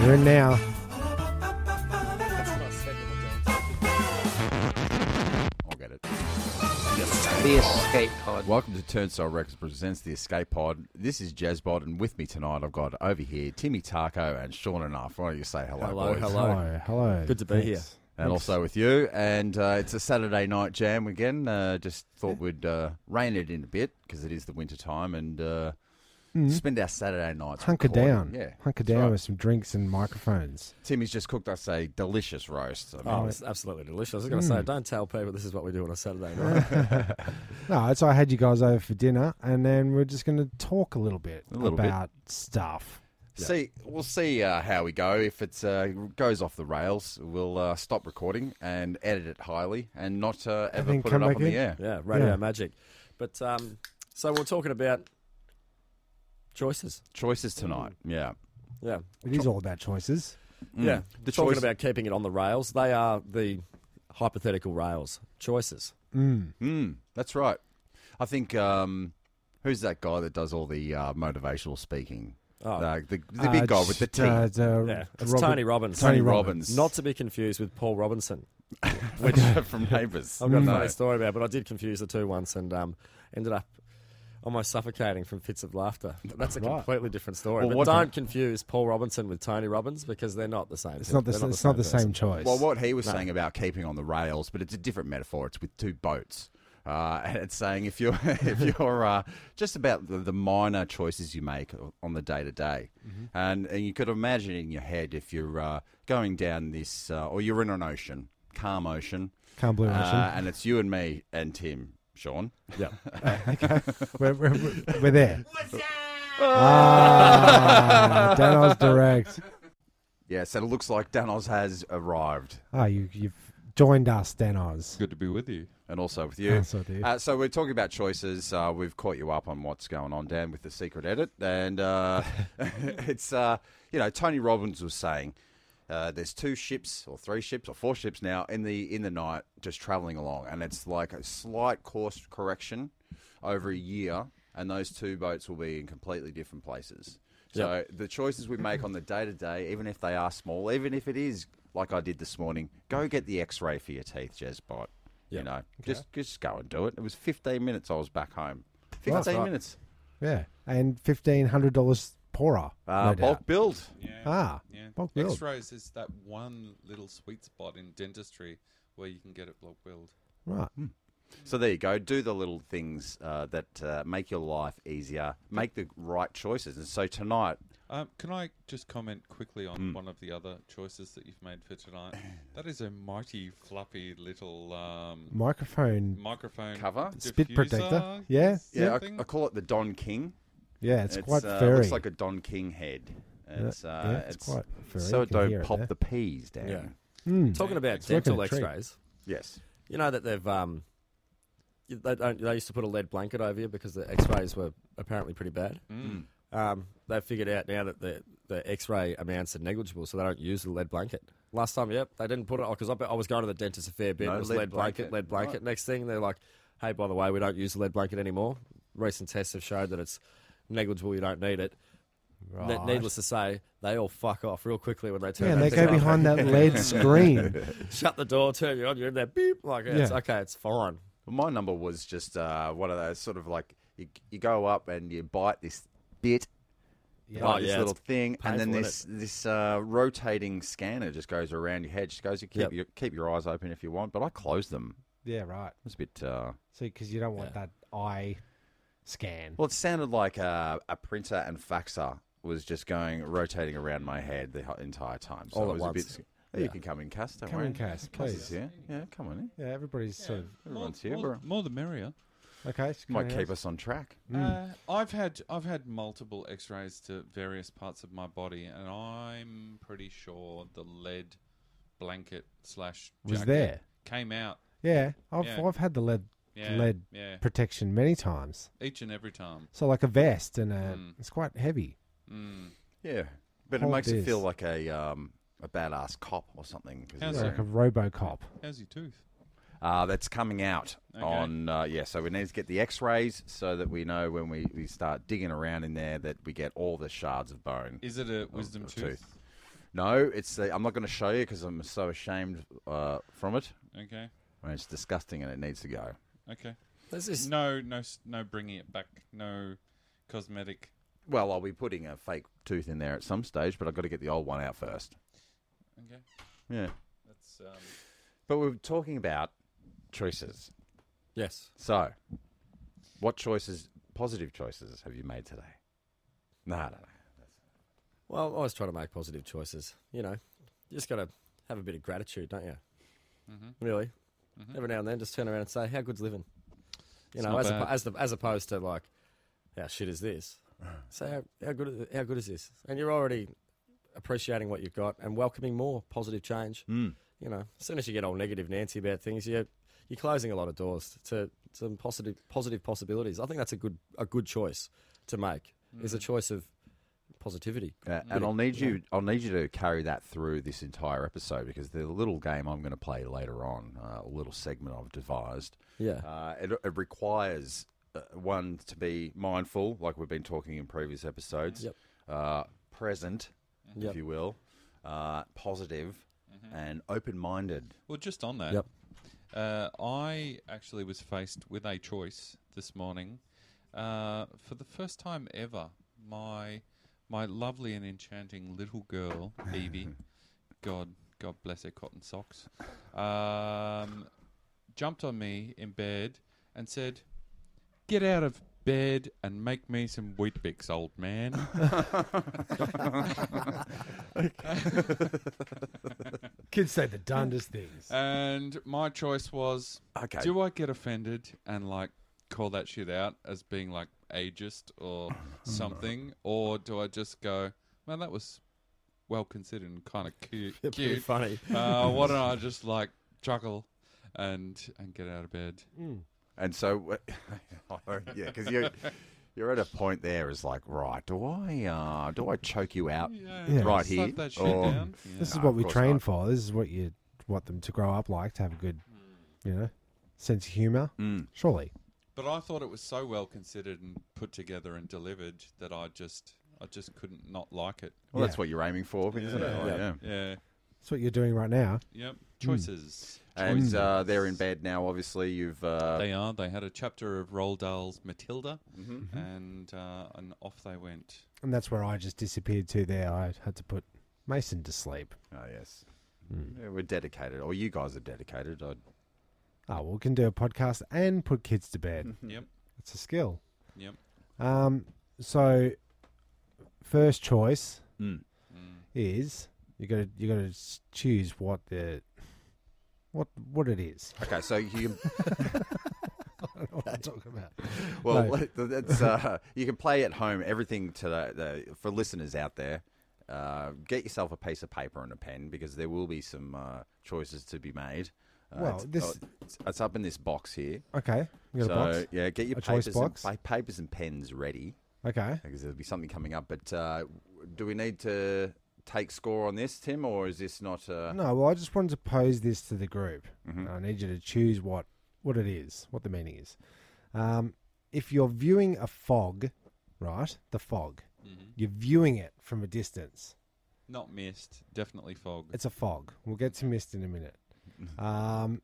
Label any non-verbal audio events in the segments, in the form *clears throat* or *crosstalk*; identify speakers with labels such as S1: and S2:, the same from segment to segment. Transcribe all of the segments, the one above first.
S1: You're in now.
S2: I'll get it.
S3: The escape pod.
S2: Welcome to Turnstile Records presents the Escape Pod. This is Jazzbod, and with me tonight I've got over here Timmy Tarko and Sean Enough. Why don't you say hello,
S4: Hello,
S2: boys?
S4: hello.
S1: Hello, hello.
S4: Good to be here.
S2: And also with you, and uh, it's a Saturday night jam again. Uh, just thought we'd uh, rein it in a bit because it is the winter time, and uh, spend our Saturday nights
S1: Hmm. Mm-hmm. Hunker
S2: recording.
S1: down.
S2: Yeah,
S1: Hunker
S2: that's
S1: down
S2: right.
S1: with some drinks and microphones.
S2: Timmy's just cooked us a delicious roast. I mean,
S4: Oh, it's absolutely delicious. I was going to say, don't tell people this is what we do on a Saturday night.
S1: No, so I had you guys over for dinner, and then we're just going to talk a little bit
S2: A little bit.
S1: about stuff.
S2: See, we'll see uh, how we go. If it uh, goes off the rails, we'll uh, stop recording and edit it highly, and not uh, ever
S1: then
S2: put it
S1: come
S2: up
S1: back
S2: on the
S1: in?
S2: air.
S4: *laughs* yeah, radio
S1: Yeah.
S4: magic. But um, so we're talking about choices.
S2: Choices tonight. Yeah,
S4: Yeah,
S1: It is all about choices.
S4: Mm. yeah.
S2: Mm. The
S4: talking
S2: choice-
S4: about keeping it on the rails. They are the hypothetical rails choices.
S1: Hmm.
S2: mm, that's right. I think um, who's that guy that does all the uh, motivational speaking?
S4: Oh. uh,
S2: Uh, the the big guy with the
S1: t.
S2: T. *laughs*
S4: Yeah, it's Tony Robbins.
S1: uh, Tony Robbins.
S2: Tony Robbins,
S4: Not to be confused with Paul Robinson.
S2: which
S4: *laughs*
S2: from Neighbours. Mm.
S4: I've
S1: Mm.
S4: got a
S2: No.
S4: funny story about, it, but I did confuse the two once and um, ended up almost suffocating from fits of laughter. But that's a
S1: Right.
S4: completely different story.
S2: Well,
S4: but
S2: what-
S4: don't confuse Paul Robinson with Tony Robbins because they're not the same.
S1: It's not the,
S4: they're
S1: it's not the
S4: person.
S1: same choice.
S2: Well, what he was saying about keeping on the rails, but it's a different metaphor. It's with two boats. Uh, *laughs* and it's saying if you're if
S4: *laughs*
S2: you're uh, just about the, the minor choices you make on the day to day,
S4: Mm-hmm.
S2: and and you could imagine in your head if you're uh, going down this uh, or you're in an ocean, calm ocean,
S1: Calm blue
S2: uh,
S1: *laughs* ocean.
S2: and it's you and me and Tim, Sean.
S4: Yeah.
S1: we're, we're, we're- we're there. Ah, Danos direct.
S2: *laughs* Yeah, so it looks like Danos has arrived,
S1: Ah, you, you've joined us, Danos.
S5: Good to be with you.
S2: and also with you.
S1: so, dude.
S2: Uh, so we're talking about choices. Uh, we've caught you up on what's going on, Dan, with the secret edit, and uh, *laughs* it's uh, you know Tony Robbins was saying uh, there's two ships or three ships or four ships now in the in the night just traveling along, and it's like a slight course correction over a year, and those two boats will be in completely different places. So the choices we make on the day to day, even if they are small, even if it is like I did this morning, go get the X-ray for your teeth, Jezbot. You
S4: Yep.
S2: know, just just go and do it. It was 15 minutes I was back home. 15
S4: That's right.
S2: minutes.
S1: Yeah, and fifteen hundred dollars poorer.
S2: Uh,
S1: no
S2: bulk
S1: doubt.
S2: build.
S5: Yeah.
S1: Ah,
S5: yeah.
S1: bulk build.
S5: X-rays is that one little sweet spot in dentistry where you can get it block billed.
S1: right?
S5: Hmm.
S2: So there you go. Do the little things uh, that uh, make your life easier. Make the right choices. And so tonight,
S5: Um, can I just comment quickly on
S1: Mm.
S5: one of the other choices that you've made for
S1: *coughs*
S5: tonight? That is a mighty fluffy little um,
S1: Microphone.
S5: microphone
S2: Cover?
S1: Mm. Spit
S5: diffuser
S1: protector? Yeah,
S2: yeah,
S5: something?
S2: I, I call it the Don King.
S1: Yeah, it's, quite
S2: uh,
S1: furry.
S2: looks like a Don King head. It's, uh,
S1: yeah, it's quite furry.
S2: So
S1: You
S2: it
S1: can hear
S2: don't
S1: it
S2: pop
S1: there.
S2: the peas, Dan.
S4: Yeah.
S1: Mm.
S4: Talking about
S1: looking
S4: dental
S1: a treat.
S4: X-rays,
S2: Yes.
S4: you know that they've um, they don't they used to put a lead blanket over you because the X-rays were apparently pretty bad.
S2: Hmm.
S5: Mm.
S4: Um, they figured out now that the the X-ray amounts are negligible, so they don't use the lead blanket. Last time, yep, they didn't put it because I, be- I was going to the dentist a fair bit.
S2: No
S4: it was
S2: lead
S4: lead blanket,
S2: blanket.
S4: lead blanket.
S2: Right.
S4: Next thing, they're like, "Hey, by the way, we don't use the lead blanket anymore." Recent tests have showed that it's negligible. You don't need it. Ne-
S1: Right.
S4: needless to say, they all fuck off real quickly when they turn.
S1: yeah, they
S4: that thing
S1: go
S4: on.
S1: behind
S2: *laughs*
S1: that lead screen.
S4: *laughs* Shut the door, turn you on. You're in there, beep. Like, it's
S1: Yeah.
S4: okay, it's fine.
S2: Well, my number was just uh, one of those sort of like you, you go up and you bite this bit,
S1: Yeah.
S2: bite
S4: Oh,
S2: this
S4: yeah,
S2: little
S4: it's
S2: thing, and then
S4: painful,
S2: this this uh, rotating scanner just goes around your head. Just goes, you keep
S4: Yep.
S2: your keep your eyes open if you want, but I closed them.
S1: yeah, right.
S2: It was a bit. Uh,
S1: So because you don't want that eye scan.
S2: well, it sounded like a, a printer and faxer was just going rotating around my head the ho- entire time. So
S4: All
S2: it
S4: at
S2: was a
S4: once.
S2: bit. oh, You can come in, Cass. Don't
S1: Come
S2: worry.
S1: in, Cass,
S2: Cass is
S1: please.
S2: here. Yeah, come on in.
S1: Yeah, everybody's sort of
S2: Everyone's
S5: more,
S2: here.
S5: More,
S2: We're,
S5: more the merrier.
S1: okay. so
S2: might
S1: can I
S2: keep
S1: ask-
S2: us on track.
S1: Mm.
S5: Uh, I've had I've had multiple X-rays to various parts of my body, and I'm pretty sure the lead blanket slash
S1: Was
S5: jacket
S1: there.
S5: came out.
S1: Yeah, I've
S5: Yeah.
S1: I've had the lead
S5: Yeah,
S1: lead
S5: yeah,
S1: protection many times.
S5: each and every time.
S1: So like a vest and a,
S2: Hmm.
S5: Mm.
S1: it's quite heavy.
S5: Mm.
S2: Yeah, but it
S1: Hold
S2: makes it
S1: this.
S2: feel like a um, a badass cop or something. 'cause
S5: How's
S2: it's-
S1: Like
S5: that?
S1: a RoboCop.
S5: How's your tooth?
S2: Uh, that's coming out
S5: Okay.
S2: on uh, yeah. So we need to get the X-rays so that we know when we, we start digging around in there that we get all the shards of bone.
S5: Is it Oh, a wisdom
S2: a
S5: tooth?
S2: tooth. No, it's the. I'm not going to show you because I'm so ashamed uh, from it.
S5: Okay.
S2: And it's disgusting and it needs to go.
S5: Okay.
S4: There's this
S5: No, no, s- no bringing it back. No cosmetic.
S2: Well, I'll be putting a fake tooth in there at some stage, but I've got to get the old one out first.
S5: Okay.
S2: Yeah.
S5: That's um,
S2: But we we're talking about choices.
S4: yes.
S2: So, what choices, positive choices, have you made today? No, I don't know.
S4: Well, I always try to make positive choices. You know, you just got to have a bit of gratitude, don't you?
S5: Mm-hmm.
S4: Really. Every now and then, just turn around and say, "How good's living?" You
S5: It's
S4: know,
S5: not
S4: as,
S5: bad.
S4: oppo- as the, as opposed to like, "How shit is
S5: *laughs*
S4: this?" Say, how, "How good how good is this?" And you're already appreciating what you've got and welcoming more positive change.
S2: Mm.
S4: You know, as soon as you get all negative Nancy about things, you you're closing a lot of doors to some positive positive possibilities. I think that's a good a good choice to make. Is a
S5: Mm.
S4: choice of positivity.
S2: Uh, and I'll need you. I'll need you to carry that through this entire episode because the little game I'm going to play later on, uh, a little segment I've devised,
S4: Yeah.
S2: uh, it, it requires uh, one to be mindful, like we've been talking in previous episodes,
S4: Yep.
S2: uh, present,
S4: Yep.
S2: if you will, uh, positive
S5: Mm-hmm.
S2: and open-minded.
S5: well, just on that.
S4: Yep.
S5: Uh, I actually was faced with a choice this morning. Uh, for the first time ever, my my lovely and enchanting little girl, Evie, God God bless her cotton socks, um, jumped on me in bed and said, "Get out of bed and make me some wheat bix, old man."
S1: Kids say the dundest things.
S5: Uh, and my choice was
S2: Okay.
S5: Do I get offended and like call that shit out as being like ageist
S2: *clears throat*
S5: or something, or do I just go, man, that was well considered and kind of
S2: *laughs*
S5: cute?
S4: Pretty
S5: cute.
S4: funny.
S5: Uh, why don't I just like chuckle and and get out of bed?
S1: Hmm.
S2: And so, *laughs* oh, yeah, because you you're at a point there is like, right? Do I uh, do I choke you out
S1: Yeah.
S2: right
S5: Slap
S2: here?
S5: that shit
S2: Or-
S5: down. Oh. Yeah.
S1: This is
S2: No,
S1: what
S2: of
S1: we
S2: course
S1: train
S2: not.
S1: for. This is what you want them to grow up like to have a good,
S2: Hmm.
S1: you know, sense of humor.
S2: Mm.
S1: Surely.
S5: But I thought it was so well considered and put together and delivered that I just I just couldn't not like it.
S2: Well, that's
S1: Yeah.
S2: what you're aiming for, isn't it? Oh,
S5: Yeah.
S2: Like,
S4: Yeah.
S5: Yeah.
S1: That's what you're doing right now.
S5: Yep. Choices.
S2: Hmm. And uh, they're in bed now. Obviously, you've uh, mm-hmm.
S5: They are. They had a chapter of Roald Dahl's Matilda, and uh, and off they went.
S1: And that's where I just disappeared to there. I had to put Mason to sleep.
S5: Mm-hmm.
S2: oh yes,
S4: Hmm.
S2: Yeah, we're dedicated, or you guys are dedicated. I,
S1: Oh, well, we can do a podcast and put kids to
S2: Hmm.
S1: bed.
S5: Yep,
S1: It's a skill.
S5: yep.
S1: Um, so first choice
S2: Mm.
S1: is you got to you got to choose what the what what it is. *laughs*
S2: okay, so you
S1: I don't know what I'm talking about.
S2: well,
S1: No.
S2: *laughs* that's uh, you can play at home everything to the, the for listeners out there. Uh, get yourself a piece of paper and a pen because there will be some uh, choices to be made. Uh,
S1: Well,
S2: it's-
S1: this-
S2: oh, it's, it's up in this box here.
S1: Okay, you got
S2: so
S1: a box.
S2: yeah, get your
S1: A choice
S2: papers
S1: box?
S2: And, pa- papers and pens ready
S1: Okay,
S2: because there'll be something coming up. But uh, do we need to take score on this, Tim, or is this not? mm-hmm. Uh,
S1: no, well, I just wanted to pose this to the group. And I need you to choose what what it is, what the meaning is. Um, if you're viewing a fog, right, the fog, you're viewing it from a distance.
S5: mm-hmm. Not mist, definitely fog.
S1: It's a fog. We'll get to mist in a minute. Um,
S2: Mm-hmm.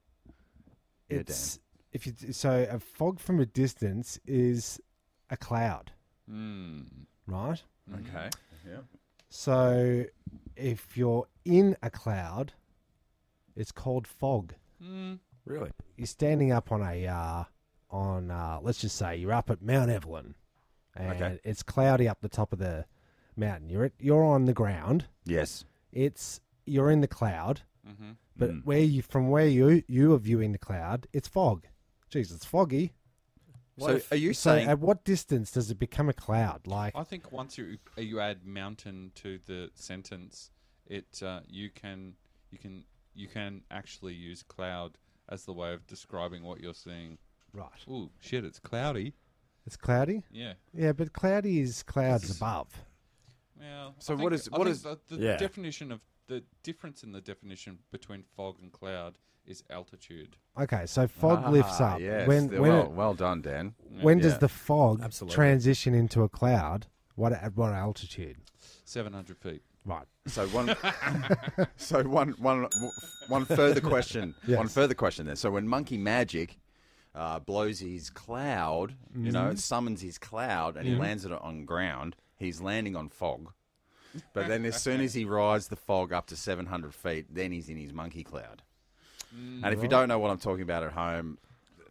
S2: Yeah, Dan.
S1: it's if you so a fog from a distance is a cloud,
S5: Mm.
S1: right?
S2: Okay.
S1: So if you're in a cloud, it's called fog.
S5: Mm.
S4: Really?
S1: You're standing up on a uh, on uh, let's just say you're up at Mount Evelyn, and
S2: Okay.
S1: it's cloudy up the top of the mountain. You're at, you're on the ground.
S2: Yes.
S1: It's you're in the cloud,
S5: hmm
S1: but
S2: Mm.
S1: where you from where you you are viewing the cloud, it's fog. Jeez, it's foggy.
S2: so
S4: if-
S2: are you
S1: So
S2: saying?
S1: at what distance does it become a cloud? Like
S5: I think once you you add mountain to the sentence, it uh, you can you can you can actually use cloud as the way of describing what you're seeing.
S1: right,
S5: Ooh, shit! It's cloudy.
S1: it's cloudy.
S5: Yeah.
S1: Yeah, but cloudy is clouds above.
S5: Well, I
S2: So
S5: think-
S2: what is-
S5: I
S2: what
S5: think
S2: is-
S5: the, the
S4: Yeah.
S5: definition of the difference in the definition between fog and cloud is altitude.
S1: Okay, so fog lifts
S2: Ah,
S1: up.
S2: Yes.
S1: when
S2: there-
S1: when
S2: well,
S1: it-
S2: well done, Dan.
S1: when
S2: Yeah.
S1: does the fog
S4: Absolutely.
S1: transition into a cloud? What at what altitude?
S5: Seven hundred feet.
S1: Right.
S2: So one, *laughs* so one, one, one further question. One further question. Then, so when Monkey Magic uh, blows his cloud, you
S1: Mm-hmm.
S2: know, it summons his cloud, and he lands it on ground. He's landing on fog, but
S5: *laughs*
S2: then as soon as he rides the fog up to seven hundred feet, then he's in his monkey cloud.
S5: Mm.
S2: And if you don't know what I'm talking about at home,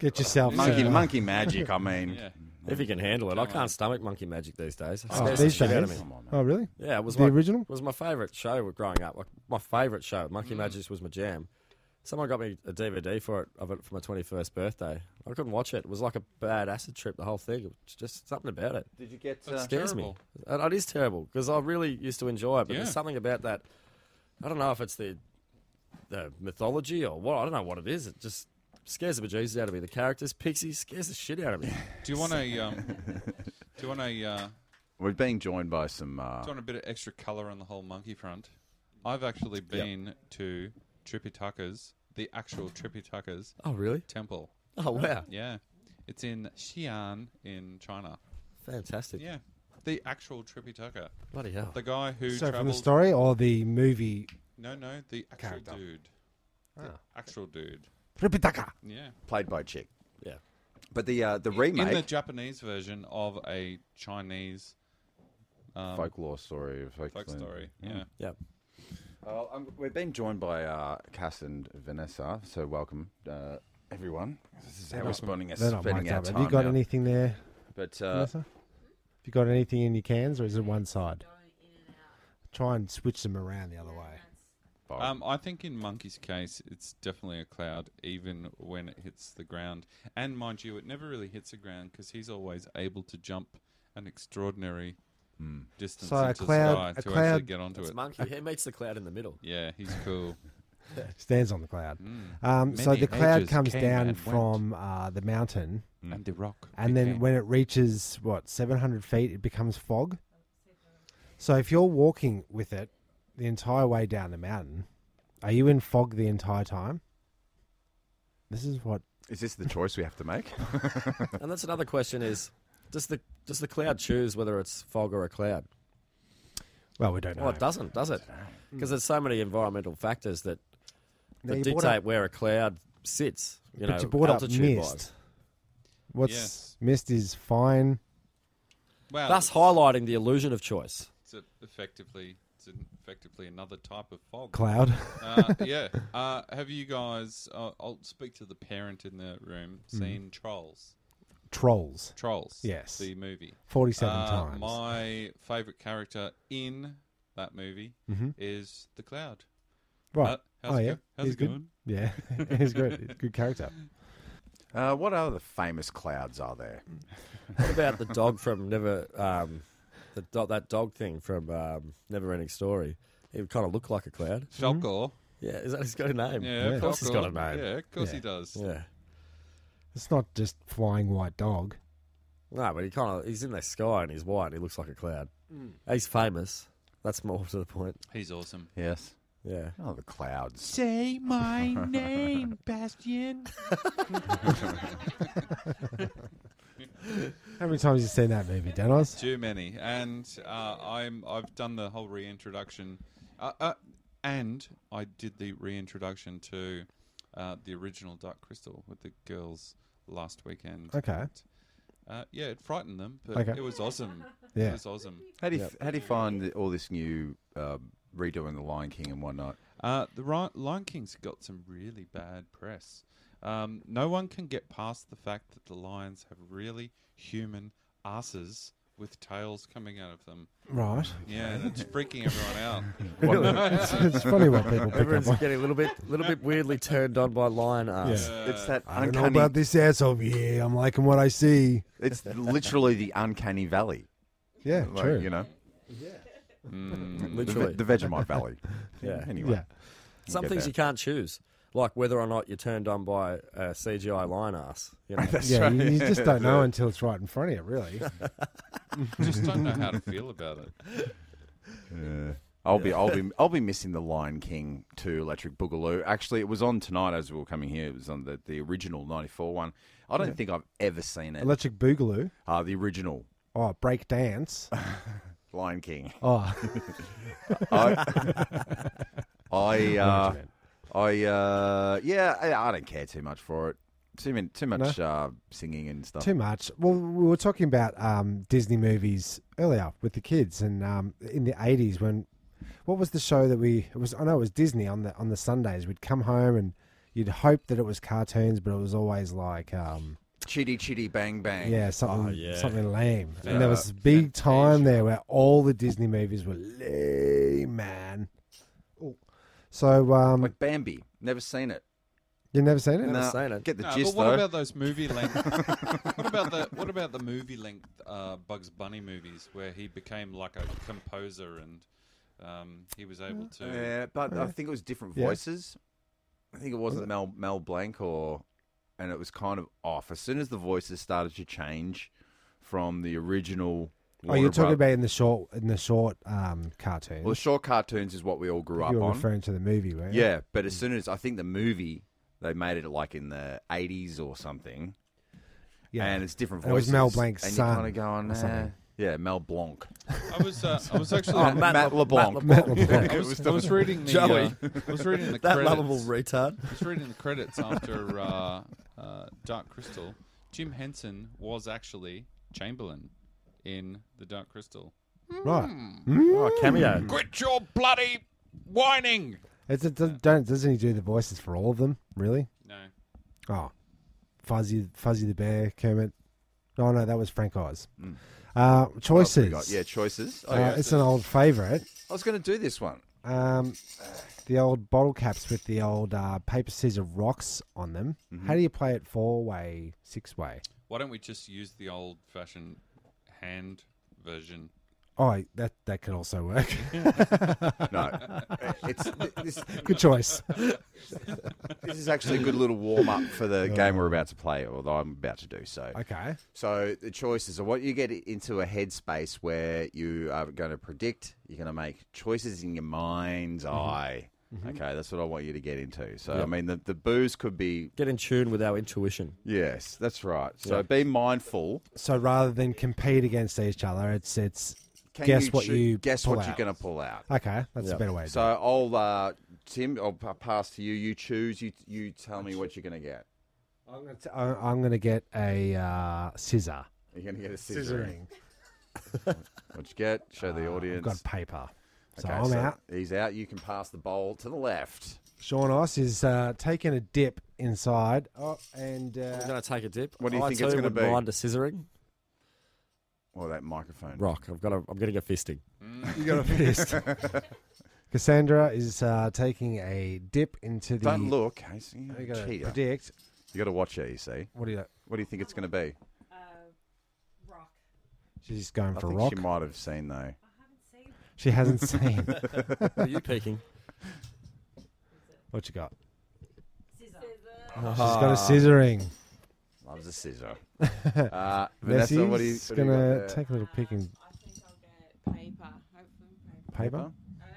S1: Get yourself *laughs*
S2: monkey,
S1: some- uh,
S2: monkey magic. I mean,
S5: Yeah.
S4: If you can handle it, I
S5: on.
S4: can't stomach monkey magic these days. It
S1: Oh,
S4: scares the
S1: these
S4: shit out of
S1: days.
S4: me.
S2: come on, mate.
S1: Oh, really?
S4: Yeah, it was
S1: The
S4: my,
S1: original?
S4: It was my favourite show growing up. Like my favourite show, Monkey
S5: Mm.
S4: Magic was my jam. Someone got me a DVD for it of it for my twenty first birthday. I couldn't watch it. It was like a bad acid trip. The whole thing. It was just something about it.
S2: Did you get?
S5: That's
S2: Uh,
S4: scares
S5: terrible.
S4: me. And It is terrible because I really used to enjoy it, but
S5: Yeah.
S4: there's something about that. I don't know if it's the the mythology or what. I don't know what it is. It just scares the bejesus out of me. The characters, Pixie, scares the shit out
S1: *laughs*
S4: of me.
S5: Do you want a? Um, do you want a? Uh, do you
S2: we're being joined by some. Uh,
S5: want a bit of extra colour on the whole monkey front? I've actually been to Trippy Tucker's, the actual Trippy Tucker's
S4: oh really?
S5: temple.
S4: Oh wow!
S5: Yeah, it's in Xi'an in China.
S4: Fantastic.
S5: Yeah, the actual Trippy Tucker,
S4: Bloody hell.
S5: the guy who
S1: So from the
S5: travelled.
S1: story or the movie
S5: No, no, the actual
S1: Character.
S5: dude.
S1: Ah.
S5: The actual dude.
S1: Ripitaka.
S5: Yeah.
S2: played by a chick.
S4: Yeah.
S2: But the uh, the
S5: In the
S2: remake
S5: Japanese version of a Chinese um, folk,
S2: folklore story,
S5: story. Yeah.
S4: Yeah.
S2: Uh, um, we've been joined by uh, Cass and Vanessa, so welcome uh, everyone. This is how we're spending,
S1: They're not
S2: spending
S1: mic'd
S2: our
S1: up.
S2: time.
S1: Have you got
S2: now.
S1: anything there,
S2: But uh,
S1: Vanessa? Have you got anything in your cans or is it one side? Try and switch them around the other way.
S2: Bob,
S5: Um, I think in Monkey's case, it's definitely a cloud, even when it hits the ground. And mind you, it never really hits the ground because he's always able to jump an extraordinary distance
S1: So a
S5: into
S1: cloud-
S5: sky
S1: a
S5: to actually
S1: cloud-
S5: get onto
S4: It's
S5: it.
S4: monkey. He meets the cloud in the middle.
S5: yeah, he's cool.
S1: Stands on the cloud. Um, so
S5: Mm. Many
S1: the cloud
S5: ages
S1: comes
S5: came
S1: down
S5: and went.
S1: from uh, the mountain,
S5: and the rock.
S1: and then
S5: became-
S1: when it reaches what seven hundred feet, it becomes fog. So if you're walking with it the entire way down the mountain, are you in fog the entire time? This is what
S2: is this the choice we have to make?
S4: And that's another question: is does the does the cloud choose whether it's fog or a cloud?
S1: well we don't know.
S4: Well, it doesn't, does it? Because there's so many environmental factors that,
S1: Now,
S4: that
S1: you brought
S4: dictate
S1: up-
S4: where a cloud sits. You
S1: but
S4: know,
S1: you brought up
S4: altitude
S1: mist.
S4: wise.
S1: What's
S5: Yes.
S1: mist is fine.
S5: Well,
S4: Thus highlighting the illusion of choice.
S5: it's a- effectively it's an- effectively another type of fog.
S1: Cloud. *laughs*
S5: uh, yeah. Uh, have you guys? Uh, I'll speak to the parent in the room.
S1: Mm-hmm.
S5: Seen Trolls?
S1: Trolls.
S5: Trolls.
S1: Yes.
S5: The movie.
S1: Forty seven
S5: Uh,
S1: times.
S5: My favorite character in that movie is the Cloud.
S1: Mm-hmm. right.
S5: Uh, how's
S1: oh
S5: it
S1: yeah.
S5: go- how's
S1: He's
S5: it
S1: good.
S5: going?
S1: Yeah. *laughs* He's good. Good character.
S2: Uh, what other famous clouds are there?
S4: What about the dog from Never? Um, the do- that dog thing from um, Never Ending Story. He would kind of look like a cloud.
S1: Mm-hmm.
S5: Falcor.
S4: Yeah, is that he's got a name?
S5: Yeah,
S4: of course he's got a
S5: Falcor.
S4: name.
S5: Yeah, of course he
S1: Yeah.
S5: does.
S4: yeah.
S1: It's not just flying white dog.
S4: No, but he kind of he's in the sky and he's white. and He looks like a cloud.
S2: Hmm.
S4: He's famous. That's more to the point.
S5: He's awesome.
S2: Yes.
S4: Yeah.
S2: Oh, the clouds.
S1: *laughs*
S5: Say my name, Bastion.
S1: How many times have you seen that movie,
S5: *laughs*
S1: Danos?
S5: Too many, and uh, I'm I've done the whole reintroduction, uh, uh, and I did the reintroduction to uh, the original Dark Crystal with the girls last weekend.
S1: Okay.
S5: Uh, yeah, it frightened them, but
S1: Okay.
S5: it was awesome. It
S1: Yeah.
S5: was awesome.
S2: How do you how do you find the, all this new uh, redoing the Lion King and
S1: *laughs*
S2: whatnot?
S5: Uh, the Ri- Lion King's got some really bad press. Um, no one can get past the fact that the lions have really human asses with tails coming out of them.
S1: Right.
S5: Yeah, and it's freaking everyone
S1: *laughs*
S5: out.
S1: it's, *laughs* it's funny what people pick up
S4: Everyone's
S1: on.
S4: getting a little bit, little bit weirdly turned on by lion ass.
S1: Yeah.
S5: Uh,
S2: it's that
S1: I don't know
S2: uncanny.
S1: about this ass over here. I'm liking what I see.
S2: It's literally the uncanny valley.
S1: Yeah,
S2: Like,
S1: true.
S2: You know, the,
S4: Literally,
S2: Ve- the Vegemite valley.
S4: yeah.
S1: *laughs*
S2: Anyway.
S1: yeah.
S4: Some
S2: get
S4: things
S2: that.
S4: you can't choose, like whether or not you're turned on by a CGI lion ass.
S2: *laughs*
S4: You know?
S1: Yeah, you, you just don't know until it's right in front of you, really.
S5: *laughs* Just don't know how to feel about it.
S2: I'll be, I'll be, I'll be missing the Lion King two Electric Boogaloo. Actually, it was on tonight as we were coming here. It was on the, the original '94 one. I don't think I've ever seen it.
S1: Electric Boogaloo.
S2: Uh, the original. *laughs*
S1: Oh, break dance. *laughs*
S2: Lion King.
S1: Oh,
S2: I, I, uh,
S1: man.
S2: I, uh, yeah, I, I don't care too much for it. Too many, too much uh, singing and stuff.
S1: too much. Well, we were talking about um, Disney movies earlier with the kids, and um, in the eighties when what was the show that we it was? I know it was Disney on the on the Sundays. We'd come home and you'd hope that it was cartoons, but it was always like. Um,
S2: Chitty chitty bang bang.
S1: Yeah, something
S4: yeah.
S1: something lame.
S2: Oh, Yeah.
S1: And there was this big time there where all the Disney movies were lame, man. Oh. So um,
S2: Like Bambi. Never seen it.
S1: you never seen it?
S4: Never
S2: Nah,
S4: seen it.
S2: Get the
S5: No,
S2: gist
S5: but what
S2: though.
S5: about those movie length?
S2: *laughs*
S5: what about the what about the movie length uh, Bugs Bunny movies where he became like a composer and um, he was able to?
S2: yeah, but I think it was different
S1: Yeah.
S2: voices. I think it wasn't Mel Mel Blanc or, and it was kind of off. As soon as the voices started to change from the original.
S1: Oh, you're
S2: Warner
S1: talking
S2: Bros-
S1: about in the short in the short um, cartoons.
S2: Well, short cartoons is what we all grew up
S1: you were
S2: on.
S1: referring Mm. to the movie, right?
S2: Yeah, but as soon as I think the movie they made it like in the eighties or something,
S1: yeah. *laughs*
S2: and it's different
S1: And it was
S2: voices.
S1: Mel Blanc's
S2: and
S1: son
S2: You're kind of going,
S1: or something.
S2: "Nah." yeah,
S1: *laughs*
S2: Mel Blanc,
S5: I was uh, I was actually
S4: Oh,
S2: Matt,
S4: Matt Le-
S2: LeBlanc.
S4: Matt
S1: Matt LeBlanc.
S2: *laughs*
S5: I was, I was reading the
S4: Joey.
S5: uh, I was reading
S4: *laughs*
S5: the
S4: That
S5: credits.
S4: lovable retard.
S5: I was reading the credits after uh, uh, Dark Crystal. Jim Henson was actually Chamberlain in the Dark Crystal.
S1: right.
S4: Oh, cameo.
S2: Hmm.
S5: Quit your bloody whining.
S1: It's it doesn't- don't doesn't he do the voices for all of them? Really?
S5: No,
S1: Oh, Fuzzy Fuzzy the Bear, Kermit. Oh no, that was Frank Oz.
S2: Mm.
S1: Uh,
S2: What else have
S1: choices.
S2: we got? Yeah, choices. Oh,
S1: Uh,
S2: yeah.
S1: it's an old favourite.
S2: I was going to do this one.
S1: um, the old bottle caps with the old uh, paper scissor rocks on them.
S2: Mm-hmm.
S1: How do you play it four way, six way?
S5: why don't we just use the old-fashioned hand version?
S1: Oh, that that could also work. *laughs*
S2: No, it's this,
S1: Good
S2: *laughs*
S1: choice.
S2: this is actually a good little warm up for the game we're about to play, although I'm about to do so.
S1: Okay.
S2: So the choices are what you get into a headspace where you are going to predict. You're going to make choices in your mind's
S1: Mm-hmm.
S2: eye. Okay, that's what I want you to get into. So I mean, the the booze could be
S4: Get in tune with our intuition.
S2: yes, that's right. So
S4: Yeah.
S2: be mindful.
S1: So rather than compete against each other, it's it's
S2: Can
S1: guess
S2: you
S1: what
S2: choo-
S1: you
S2: guess
S1: pull
S2: what you're
S1: out.
S2: going to pull out.
S1: okay. That's
S4: Yeah.
S1: a better way. To
S2: So I'll uh, Tim, I'll pa- pass to you. You choose. You you tell me what you're going to get.
S1: do it. I'm gonna t- I- I'm gonna get a uh, scissor.
S2: You're going to get a scissoring. What you get? Show the
S1: Ah, I've
S2: audience.
S1: got paper. So
S2: Okay,
S1: I'm out.
S2: He's out. You can pass the bowl to the left.
S1: Sean Ice is uh, taking a dip inside. Oh, and
S4: I'm
S1: uh,
S4: going to take a dip.
S2: What do you
S4: I
S2: think
S4: too
S2: it's gonna
S4: would
S2: be?
S4: Mind a scissoring
S2: Or that microphone.
S4: rock. I've got. A, I'm getting
S2: *laughs*
S4: a fisting.
S2: Mm.
S5: *laughs*
S1: you got a fist. Cassandra is uh, taking a dip into the.
S2: Don't look, Casey.
S1: You
S2: You
S1: got to
S2: cheater.
S1: predict.
S2: You got to watch it. You see.
S1: What do you?
S2: What do you think it's going to be?
S6: Uh, rock.
S1: She's going
S2: I
S1: for
S2: think
S1: rock.
S2: she
S1: She,
S2: might have seen though.
S1: hasn't seen. *laughs*
S4: Are you peeking?
S1: what you got?
S6: Scissor.
S2: Ah.
S1: She's got a scissoring.
S2: Loves
S1: *laughs*
S2: a scissor. uh,
S1: Nessie's
S2: Vanessa, what do you? What do you got
S1: gonna
S2: there?
S1: take a little peek in
S6: I think I'll get paper. Hopefully, paper.
S1: paper.
S6: Uh,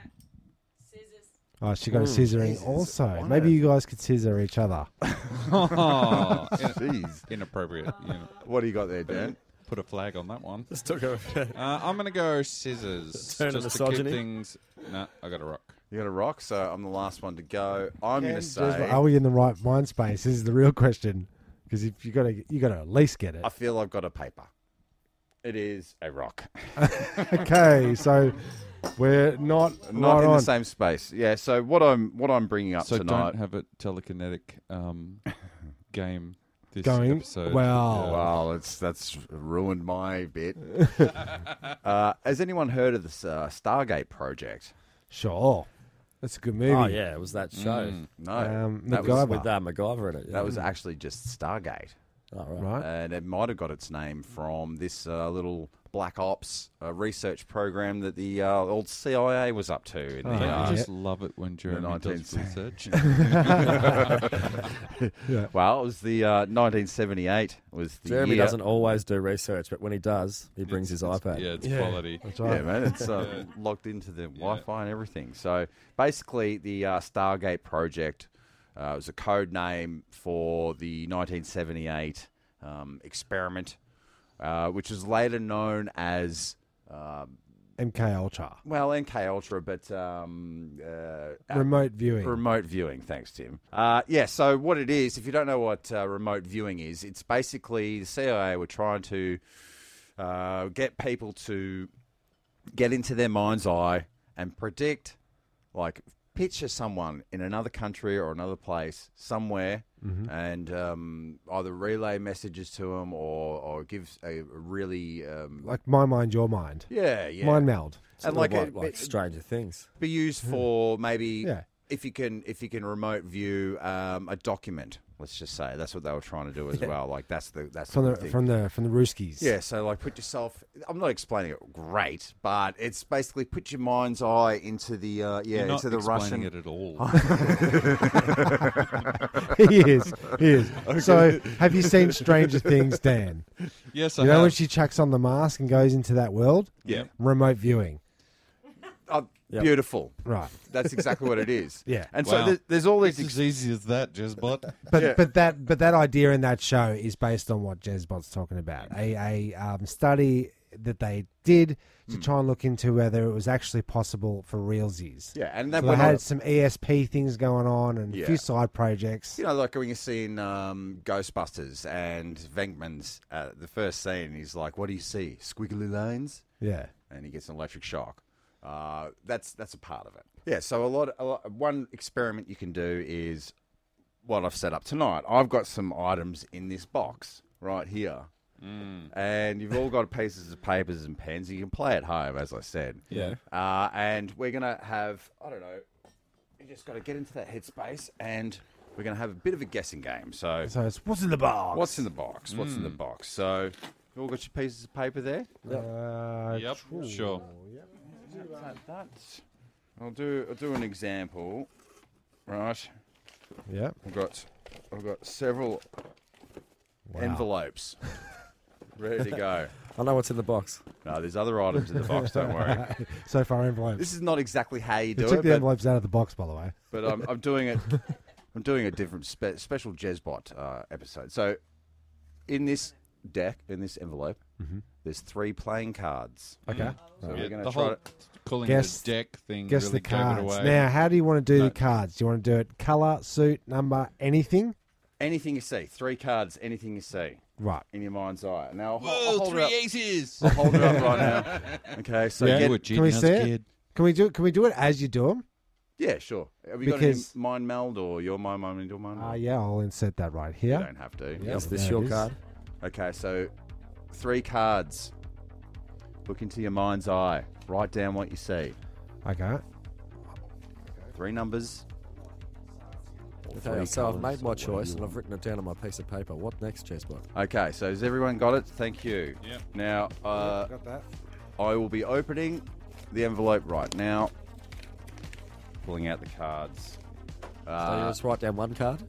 S6: scissors.
S1: Oh, she got a
S4: Mm.
S1: scissoring
S2: Jesus,
S1: also.
S2: why
S1: Maybe
S2: not?
S1: you guys could scissor each other.
S5: Oh,
S2: Jeez.
S5: inappropriate. You know,
S2: What do you got there, Dan?
S5: put a flag on that one.
S2: *laughs*
S4: Just took a.
S5: Uh, I'm gonna go scissors.
S4: Turn of
S5: just to
S4: misogyny.
S5: keep things. No, I got a rock.
S2: You got a rock, so I'm the last one to go. I'm going to
S1: Just like,
S2: say.
S1: Are we in the right mind space? Is the real question. Because if you gotta, you gotta at least get
S2: *laughs*
S1: it.
S2: I feel I've got a paper. It is a rock.
S1: Okay, so we're not
S2: Not
S1: right
S2: in
S1: on.
S2: the same space. Yeah. So what I'm what I'm bringing up
S5: So
S2: tonight.
S5: don't have a telekinetic um, game this
S1: Going
S5: episode.
S1: well.
S5: Yeah.
S2: Oh, Wow, that's that's ruined
S1: *laughs*
S2: my bit. uh, has anyone heard of this uh, Stargate project?
S1: Sure, that's a good movie.
S4: Oh yeah, it was that show
S2: No,
S1: Um,
S2: that
S1: MacGyver.
S2: was
S4: with uh, MacGyver in it. yeah.
S2: Mm. that was actually just Stargate,
S4: Oh, right.
S1: right.
S2: and it might have got its name from this uh, little black ops uh, research program that the uh, old CIA was up to in the.
S1: Oh,
S5: Don't you
S2: uh,
S5: just love it when Jeremy does
S2: 19th *laughs*
S5: research.
S2: Well, it was the uh, 1978 was the
S4: Jeremy
S2: year.
S4: doesn't always do research, but when he does, he brings his iPad.
S5: yeah, it's quality.
S1: That's
S2: Yeah,
S1: right.
S2: man, it's uh, logged into the Wi-Fi and everything. So basically, the uh, Stargate project uh, was a code name for the 1978 um, experiment, uh, which was later known as um,
S1: MK Ultra.
S2: Well, NK Ultra, but um, uh,
S1: Remote viewing.
S2: Remote viewing, thanks, Tim. Uh, yeah, so what it is, if you don't know what uh, remote viewing is, it's basically the CIA were trying to uh, get people to get into their mind's eye and predict, like, picture someone in another country or another place, somewhere,
S1: Mm-hmm.
S2: and um, either relay messages to them or, or give a really. Um,
S1: like my mind, your mind.
S2: yeah, yeah.
S1: Mind meld.
S2: and
S4: like,
S2: like,
S4: like,
S2: it-
S4: like
S2: it-
S4: Stranger Things.
S2: be used for maybe
S1: Hmm. Yeah.
S2: if you can if you can remote view um, a document. Let's just say that's what they were trying to do as well. Like that's the that's
S1: From
S2: the
S1: the
S2: thing.
S1: from the from the Rooskies.
S2: yeah, so like put yourself. I'm not explaining it great, but it's basically put your mind's eye into the uh, yeah
S5: You're not
S2: into the Russian.
S5: explaining it
S2: *laughs*
S5: at all.
S1: *laughs* he is. He
S2: *laughs*
S1: is. So have you seen Stranger Things, Dan?
S5: yes, I
S1: You know when
S5: have.
S1: she chucks on the mask and goes into that world?
S2: Yeah,
S1: Remote viewing.
S2: Oh,
S4: Yep.
S2: beautiful.
S1: Right.
S2: That's exactly what it is.
S1: *laughs* Yeah.
S2: and
S5: Wow.
S2: so there's, there's all these.
S5: It's as easy as
S2: *laughs*
S5: that, Jezbot.
S1: But
S2: Yeah.
S1: but that but that idea in that show is based on what Jezbot's talking about. A a um, study that they did to
S2: Hmm.
S1: try and look into whether it was actually possible for realsies.
S2: yeah, and
S1: So
S2: that
S1: they
S2: went
S1: had
S2: on.
S1: some ESP things going on and a
S2: Yeah.
S1: few side projects.
S2: You know, like when you see in um, Ghostbusters and Venkman's, uh, the first scene, he's like, "What do you see? Squiggly lines."
S1: Yeah.
S2: and he gets an electric shock. Uh, that's that's a part of it. Yeah. So a lot, a lot. One experiment you can do is what I've set up tonight. I've got some items in this box right here, and you've all got pieces of papers and pens. You can play at home, as I said.
S4: Yeah.
S2: Uh, and we're gonna have I don't know. You just got to get into that headspace, and we're gonna have a bit of a guessing game. So.
S1: So it's what's in the box?
S2: What's in the box? What's in the box? So, you all got your pieces of paper there?
S1: Uh,
S5: Yep,
S1: true.
S5: sure.
S2: Like that. I'll do. I'll do an example. Right.
S1: Yep.
S2: I've got. I've got several
S1: Wow.
S2: envelopes *laughs* ready to go.
S4: I know what's in the box.
S2: No, there's other items in the box.
S1: *laughs*
S2: Don't worry.
S1: So far envelopes.
S2: This is not exactly how you
S1: They
S2: do
S1: took the
S2: it, but,
S1: envelopes out of the box, by the way.
S2: but I'm, I'm doing it. I'm doing a different spe- special Jezbot uh, episode. So, in this deck, in this envelope,
S1: Mm-hmm.
S2: there's three playing cards.
S1: Okay.
S2: So
S5: Yeah,
S2: we're going
S5: the
S2: to try.
S5: whole
S2: to-
S5: calling
S1: Guess-
S5: the deck thing
S1: Guess
S5: really
S1: the
S5: gave it
S1: cards.
S5: away.
S1: Now, how do you want to do
S5: No.
S1: the cards? Do you want to do it color, suit, number, anything?
S2: anything you see, three cards. Anything you see
S1: Right.
S2: in your mind's eye. Now, I'll, ho- I'll
S5: Whoa,
S2: hold
S5: three
S2: it up.
S5: aces.
S2: I'll hold it up right
S1: *laughs*
S2: now. Okay, *laughs* so
S5: yeah,
S2: get-
S5: you were cheating
S1: we
S5: us,
S1: see it?
S5: kid.
S1: Can we do? Can we do it as you do them?
S2: yeah, sure. Have you
S1: Because-
S2: got any mind meld or your mind meld and your mind
S1: Uh,
S2: meld?
S1: yeah, I'll insert that right
S2: You
S1: here.
S2: don't have to.
S4: Is this
S1: there it
S4: your
S1: is.
S4: card?
S2: Okay, so three cards. Look into your mind's eye. Write down what you see.
S1: Okay.
S2: Three numbers. or
S4: Okay,
S2: three
S4: so I've
S2: colours,
S4: made my
S2: or whatever
S4: choice
S2: you
S4: and I've
S2: want.
S4: written it down on my piece of paper. What next, Chessbot?
S2: Okay, so has everyone got it? Thank you.
S5: Yep.
S2: Now, uh,
S1: Got that.
S2: I will be opening the envelope right now, pulling out the cards.
S4: so you
S2: Uh,
S4: just write down one card.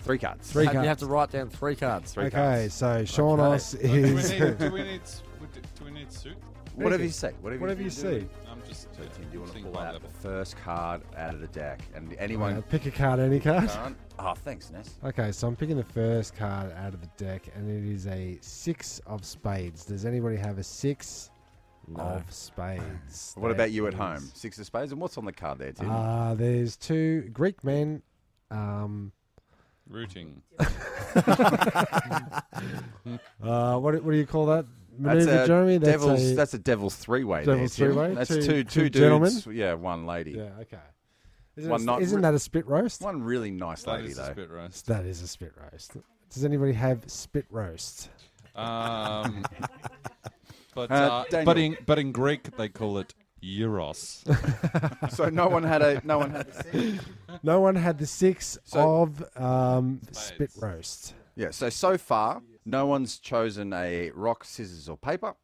S2: three cards.
S1: Three
S4: Have- You
S1: cards.
S4: have to write down three cards.
S2: Three
S1: okay,
S2: cards.
S1: so Shaunos
S5: Do we
S1: is
S5: need? Do we need? s- would- Do we need suit?
S2: Whatever you say. Whatever,
S1: *laughs* Whatever you
S2: you
S1: see.
S5: I'm just.
S2: So,
S5: yeah,
S2: Tim, do you want to
S5: seeing
S2: pull
S5: my
S2: out
S5: level.
S2: the first card out of the deck? And
S1: Uh,
S2: anyone
S1: pick a card, any card.
S2: can't? Oh, thanks, Ness.
S1: Okay, so I'm picking the first card out of the deck, and it is a six of spades. Does anybody have a six
S4: No.
S1: of spades?
S2: What
S1: That
S2: about you at
S1: is-
S2: home? Six of spades. And what's on the card there, Tim?
S1: Uh, there's two Greek men. Um,
S5: Rooting.
S1: uh, what, what do you call that?
S2: that's
S1: Maneuver,
S2: a
S1: Jeremy? That's
S2: devil's.
S1: a,
S2: that's a devil's three-way.
S1: Devil's
S2: there, Tim.
S1: three-way?
S2: That's
S1: Two-
S2: two,
S1: two
S2: two dudes.
S1: gentlemen?
S2: Yeah, one lady.
S1: yeah, okay. Isn't,
S2: One
S1: it-
S2: not
S1: isn't
S2: re-
S1: that a spit roast?
S2: One really nice
S5: That
S2: lady
S5: is a
S2: though. *laughs*
S5: spit roast.
S1: That is a spit roast. Does anybody have spit roast?
S2: *laughs*
S5: Um, but
S2: Uh,
S5: uh, but
S2: Daniel.
S5: in but in Greek they call it euros.
S2: so no one had a. *laughs* No one had. A six.
S1: No one had the six
S2: So-
S1: of um, spit roast.
S2: Yeah. So so far, no one's chosen a rock, scissors, or paper.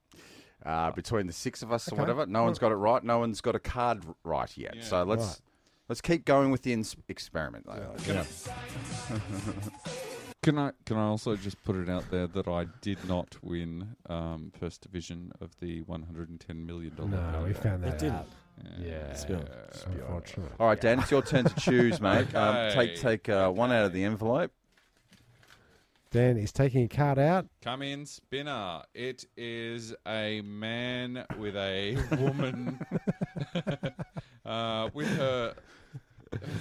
S2: Uh, between the six of us or whatever, no one's got it right. No one's got a card r- right yet.
S5: Yeah.
S2: So let's
S1: Right.
S2: let's keep going with the ins- experiment. Though.
S5: Can I can I also just put it out there that I did not win um, first division of the 110 million
S2: Oh,
S5: dollar.
S1: No, we found that
S4: didn't.
S1: out. Yeah.
S4: Spill.
S1: It's unfortunate.
S2: All right, Dan, it's your turn to choose, mate. um,
S5: Okay.
S2: take take uh, one out of the envelope.
S1: Dan is taking a card out.
S5: Come in, spinner. It is a man with a woman *laughs* uh, with her